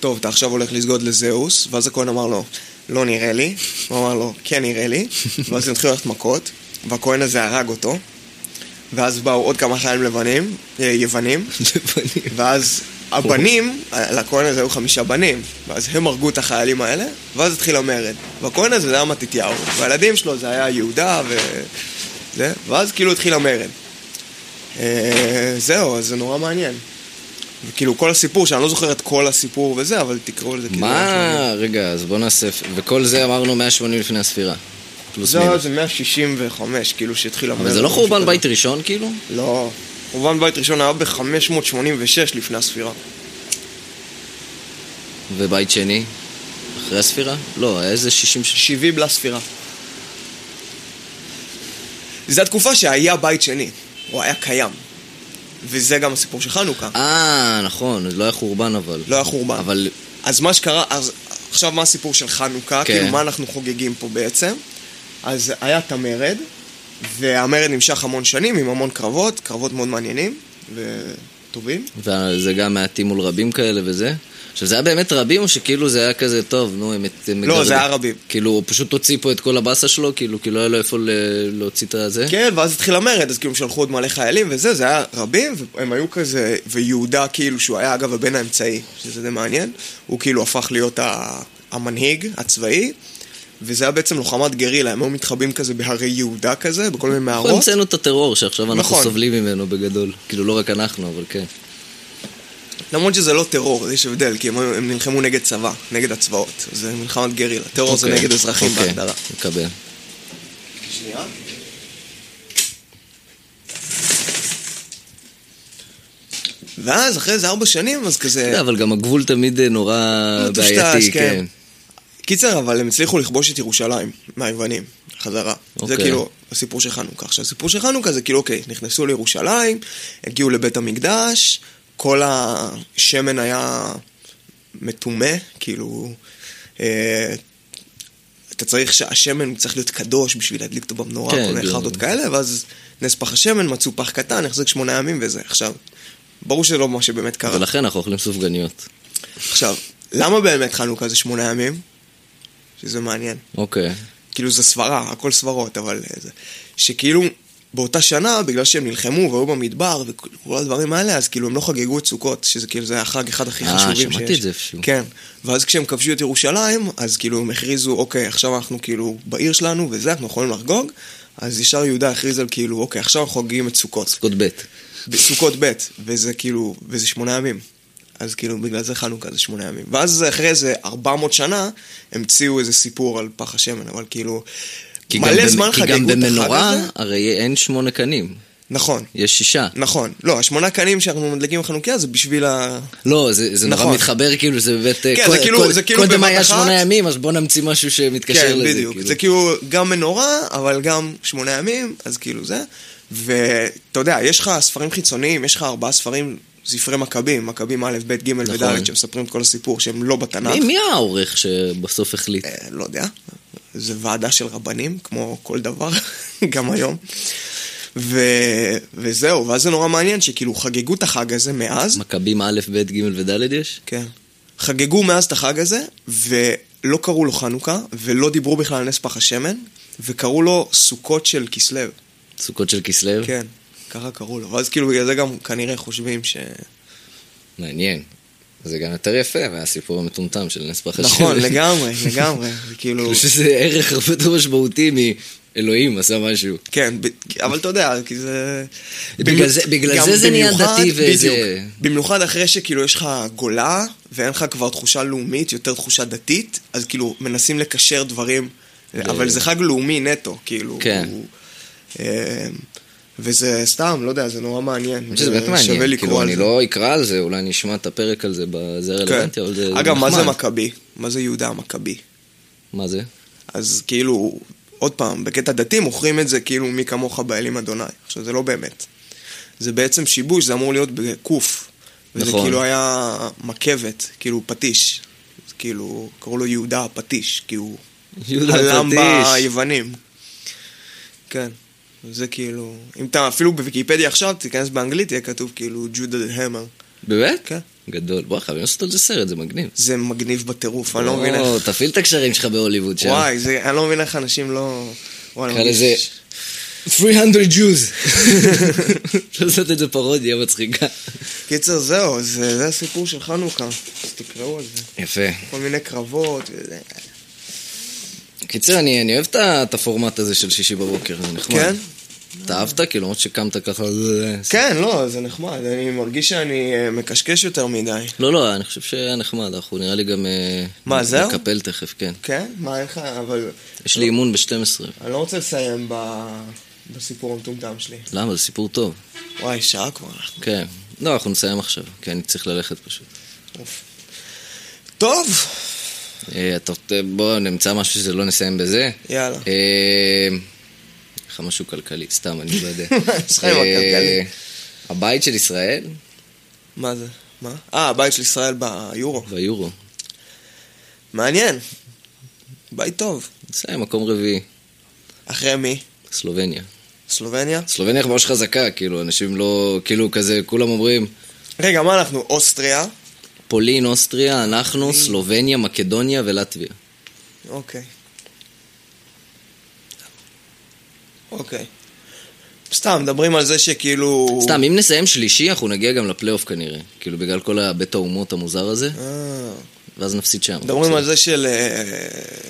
טוב, אתה עכשיו הולך לסגוד לזהוס, ואז הכהן אמר לו, לא נראה לי, הוא אמר לו, כן נראה לי, ואז הם התחילו ללכת מכות, והכהן הזה הרג אותו, ואז באו עוד כמה חיילים לבנים, אה, יוונים,
לבנים.
ואז
אוקיי.
הבנים, לכהן הזה היו חמישה בנים, ואז הם הרגו את החיילים האלה, ואז התחיל המרד. והכהן הזה זה היה מתתיהו, והילדים שלו זה היה יהודה ו... זה, ואז כאילו התחיל המרד. אה, זהו, אז זה נורא מעניין. וכאילו כל הסיפור, שאני לא זוכר את כל הסיפור וזה, אבל תקראו לזה כאילו...
מה? רגע, אז בוא נעשה... וכל זה אמרנו 180 לפני הספירה. פלוס
זהו,
מינוס.
זה 165, כאילו שהתחיל המרד.
אבל זה לא
משהו
חורבן
כזה.
בית ראשון, כאילו?
לא. חורבן בית ראשון היה ב-586 לפני הספירה.
ובית שני? אחרי הספירה? לא, היה איזה 60 ש...
70 לספירה. זו התקופה שהיה בית שני, הוא היה קיים. וזה גם הסיפור של חנוכה,
אה, נכון, אז לא היה חורבן אבל.
לא היה חורבן. אבל...
אבל
אז מה שקרה, אז עכשיו מה הסיפור של חנוכה,
כן.
כאילו מה אנחנו חוגגים פה בעצם? אז היה את המרד, והמרד נמשך המון שנים עם המון קרבות, קרבות מאוד מעניינים וטובים. לא,
זה גם מעטים מול רבים כאלה וזה. עכשיו, זה היה באמת רבים, או שכאילו זה היה כזה, טוב, נו, הם... הם
לא,
מגרדים?"
זה היה רבים.
כאילו, הוא פשוט הוציא פה את כל הבאסה שלו, כאילו, כי לא היה לו איפה ל- להוציא את הזה?
כן, ואז התחיל המרד, אז כאילו שלחו עוד מלא חיילים וזה, זה היה רבים, והם היו כזה, ויהודה כאילו, שהוא היה אגב הבן האמצעי, שזה די מעניין, הוא כאילו הפך להיות ה- המנהיג הצבאי, וזה היה בעצם לוחמת גרילה, הם היו מתחבאים כזה בהרי יהודה כזה, בכל מיני
אנחנו
מערות.
המצאנו את הטרור שעכשיו אנחנו
נכון.
סובלים ממנו בגדול. כאילו, לא רק אנחנו, אבל כן.
למרות שזה לא טרור, יש הבדל, כי הם, היו- הם נלחמו נגד צבא, נגד הצבאות, זה מלחמת גרילה, טרור זה
אוקיי.
נגד אזרחים
אוקיי,
בהגדרה.
מקבל.
ואז אחרי איזה ארבע שנים, אז
אתה
כזה...
יודע, לא, אבל גם הגבול תמיד אה, נורא
מטושטש,
בעייתי,
כן.
כן.
קיצר, אבל הם הצליחו לכבוש את ירושלים מהיוונים, חזרה.
אוקיי.
זה כאילו הסיפור של חנוכה. עכשיו, הסיפור של חנוכה זה כאילו, אוקיי, נכנסו לירושלים, הגיעו לבית המקדש, כל השמן היה מטומא, כאילו... אה, אתה צריך שהשמן צריך להיות קדוש בשביל להדליק אותו במנורה,
כן,
כל מיני
כאילו.
חרדות כאלה, ואז נס פח השמן, מצאו פח קטן, החזיק שמונה ימים וזה. עכשיו, ברור שזה לא מה שבאמת קרה.
ולכן אנחנו אוכלים סופגניות.
עכשיו, למה באמת חנוכה זה שמונה ימים? שזה מעניין.
אוקיי.
כאילו זה סברה, הכל סברות, אבל אה, זה... שכאילו באותה שנה, בגלל שהם נלחמו והיו במדבר וכל הדברים האלה, אז כאילו הם לא חגגו את סוכות, שזה כאילו זה החג אחד הכי
אה,
חשובים שיש.
שמעתי את זה איפשהו.
כן. ואז כשהם כבשו את ירושלים, אז כאילו הם הכריזו, אוקיי, עכשיו אנחנו כאילו בעיר שלנו וזה, אנחנו יכולים לחגוג. אז ישר יהודה הכריז על כאילו, אוקיי, עכשיו אנחנו חוגגים את סוכות.
סוכות ב'.
בסוכות ב', וזה כאילו, וזה שמונה ימים. אז כאילו, בגלל זה חנוכה זה שמונה ימים. ואז אחרי איזה 400 שנה, המציאו איזה סיפור על פח השמן, אבל כאילו,
כי גם
מלא
במ-
זמן
כי
חגגו
גם
את החג
במנורה,
הזה.
הרי אין שמונה קנים,
נכון,
יש שישה.
נכון. לא, השמונה קנים שאנחנו מדליקים בחנוכיה זה בשביל ה...
לא, זה, זה נורא
נכון.
מתחבר, כאילו, זה באמת... אה,
כן,
כל-
זה כאילו-
כל-
זה כאילו
קודם
בבת
היה
אחת.
שמונה ימים, אז בוא נמציא משהו שמתקשר
כן,
לזה.
בדיוק.
כאילו.
זה כאילו גם מנורה, אבל גם שמונה ימים, אז כאילו זה. ואתה יודע, יש לך ספרים חיצוניים, יש לך ארבעה ספרים, ספרי מכבים, מכבים א', ב', ג'
נכון.
וד', שמספרים את כל הסיפור, שהם לא בתנ"ך.
מי, מי העורך שבסוף החליט?
אה, לא יודע, זה ועדה של רבנים, כמו כל דבר, <laughs> גם היום. ו... וזהו, ואז זה נורא מעניין שכאילו חגגו את החג הזה מאז,
מכבים א', ב', ג' וד' יש?
כן. חגגו מאז את החג הזה, ולא קראו לו חנוכה, ולא דיברו בכלל על נס פח השמן, וקראו לו סוכות של כסלו,
סוכות של כסלו?
כן, ככה קראו לו. ואז כאילו בגלל זה גם כנראה חושבים ש...
מעניין. זה גם יותר יפה מהסיפור המטומטם של נס פח
נכון, לגמרי, לגמרי, זה
<laughs>
כאילו...
שזה ערך הרבה יותר משמעותי מאלוהים עשה משהו.
כן, ב- אבל אתה יודע, כי זה...
בגלל זה- בגלל זה זה נהיה
במיוחד-
דתי וזה-
בדיוק. במיוחד אחרי שכאילו יש לך גולה, ואין לך כבר תחושה לאומית, יותר תחושה דתית, אז כאילו מנסים לקשר דברים, אבל זה חג לאומי נטו, כאילו.
כן.
הוא- אמ, וזה סתם, לא יודע, זה נורא מעניין.
זה באמת מעניין.
שווה לקרוא
כאילו,
על
אני
זה.
לא אקרא על זה, אולי נשמע את הפרק על זה, ב- זה
כן.
רלוונטי, אבל זה זה נחמד.
אגב, מה זה מכבי? מה זה יהודה המכבי?
מה
<laughs>
זה?
אז כאילו, עוד פעם, בקטע דתי מוכרים את זה כאילו מי כמוך באלים אדוני. עכשיו, זה לא באמת. זה בעצם שיבוש, זה אמור להיות בקוף. וזה
נכון.
כאילו היה מקבת, כאילו פטיש. אז כאילו, קראו לו יהודה הפטיש, כי הוא
יהודה
הלם
הפטיש.
ביוונים. כן. זה כאילו, אם אתה אפילו בוויקיפדיה עכשיו, תיכנס באנגלית, יהיה כתוב כאילו ג'ודה המר.
באמת?
כן.
גדול. וואי, חייבים לעשות על זה סרט, זה מגניב.
זה מגניב בטירוף, אני לא מבין
או,
איך...
תפעיל את הקשרים שלך בהוליווד שם.
וואי, זה- אני לא מבין איך אנשים לא... וואי, אני
קרא
מרגיש-
לזה 300 Jews.
<laughs>
אפשר לעשות את זה פרודיה מצחיקה.
קיצר, זהו, זה, זה הסיפור של חנוכה. אז תקראו על זה.
יפה.
כל מיני קרבות וזה.
קיצר, אני אני אוהב את ה- את הפורמט הזה של שישי בבוקר, זה נחמד.
כן?
אתה אהבת? כאילו, למרות שקמת ככה... זה-
כן, לא, זה נחמד. אני מרגיש שאני אה, מקשקש יותר מדי.
לא, לא, אני חושב שהיה נחמד, אנחנו נראה לי גם... אה,
מה, זהו?
נקפל תכף, כן.
כן? מה, אין לך, אבל...
יש לי אימון ב-12.
אני לא רוצה לסיים ב... בסיפור המטומטם שלי.
למה? זה סיפור טוב.
וואי, שעה כבר. אנחנו-
כן. לא, אנחנו נסיים עכשיו, כי אני צריך ללכת פשוט.
אוף. טוב,
אה, אתה רוצה- בוא נמצא משהו שזה לא נסיים בזה.
יאללה.
אה, לך משהו כלכלי, סתם, אני לא יודע.
<laughs> יש לך עם הכלכלי.
אה, הבית של ישראל
מה זה? מה? אה, הבית של ישראל ביורו.
והיורו.
מעניין. בית טוב.
נסיים מקום רביעי,
אחרי מי?
סלובניה.
סלובניה?
סלובניה ממש חזקה, כאילו, אנשים לא... כאילו, כזה, כולם אומרים,
רגע, מה אנחנו? אוסטריה?
פולין, אוסטריה, אנחנו, סלובניה, מקדוניה ולטביה.
אוקיי. אוקיי. סתם, מדברים על זה שכאילו...
סתם, אם נסיים שלישי, אנחנו נגיע גם לפלייאוף כנראה. כאילו, בגלל כל הבית האומות המוזר הזה,
אה,
ואז נפסיד שם.
מדברים על זה של... אה,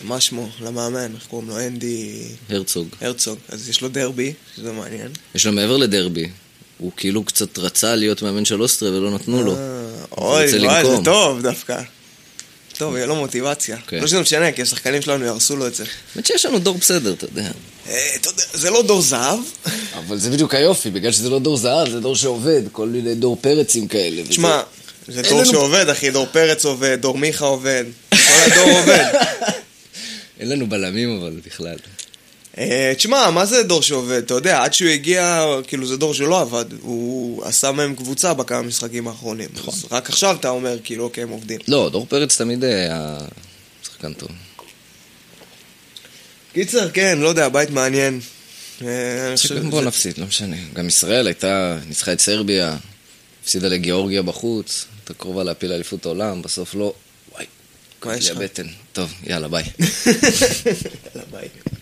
מה שמו? למאמן, איך קוראים לו? אנדי
הרצוג.
הרצוג. אז יש לו דרבי, שזה מעניין.
יש לו מעבר לדרבי. הוא כאילו קצת רצה להיות מאמן של אוסטריה ולא נתנו לו.
אה,
הוא רוצה
אוי, וואי,
לנקום.
זה טוב דווקא. טוב, יהיה לו מוטיבציה.
כן.
לא שזה משנה, כי השחקנים שלנו יהרסו לו את זה.
האמת שיש לנו דור בסדר, אתה יודע.
אה, אתה יודע, זה לא דור
<laughs>
זהב.
אבל זה בדיוק היופי, בגלל שזה לא דור זהב, זה דור שעובד, כל מיני דור פרצים כאלה. וזה-
תשמע, זה
אין
דור
לנו-
שעובד, אחי, דור פרץ עובד, דור מיכה עובד, כל הדור
<laughs>
עובד.
אין לנו בלמים אבל בכלל.
אה, תשמע, מה זה דור שעובד? אתה יודע, עד שהוא הגיע, כאילו זה דור שלא עבד. הוא עשה מהם קבוצה בכמה משחקים האחרונים. אז רק עכשיו אתה אומר, כאילו, אוקיי, הם עובדים.
לא, דור פרץ תמיד היה שחקן טוב.
קיצר, כן, לא יודע, בית מעניין. אה, אני חושב
בוא
שזה-
נפסיד, לא משנה. גם ישראל הייתה, ניצחה את סרביה, הפסידה לגיאורגיה בחוץ, הייתה קרובה להפיל אליפות העולם, בסוף לא. וואי,
מה יש
לי
<laughs> לך?
הבטן. טוב, יאללה, ביי.
יאללה, ביי.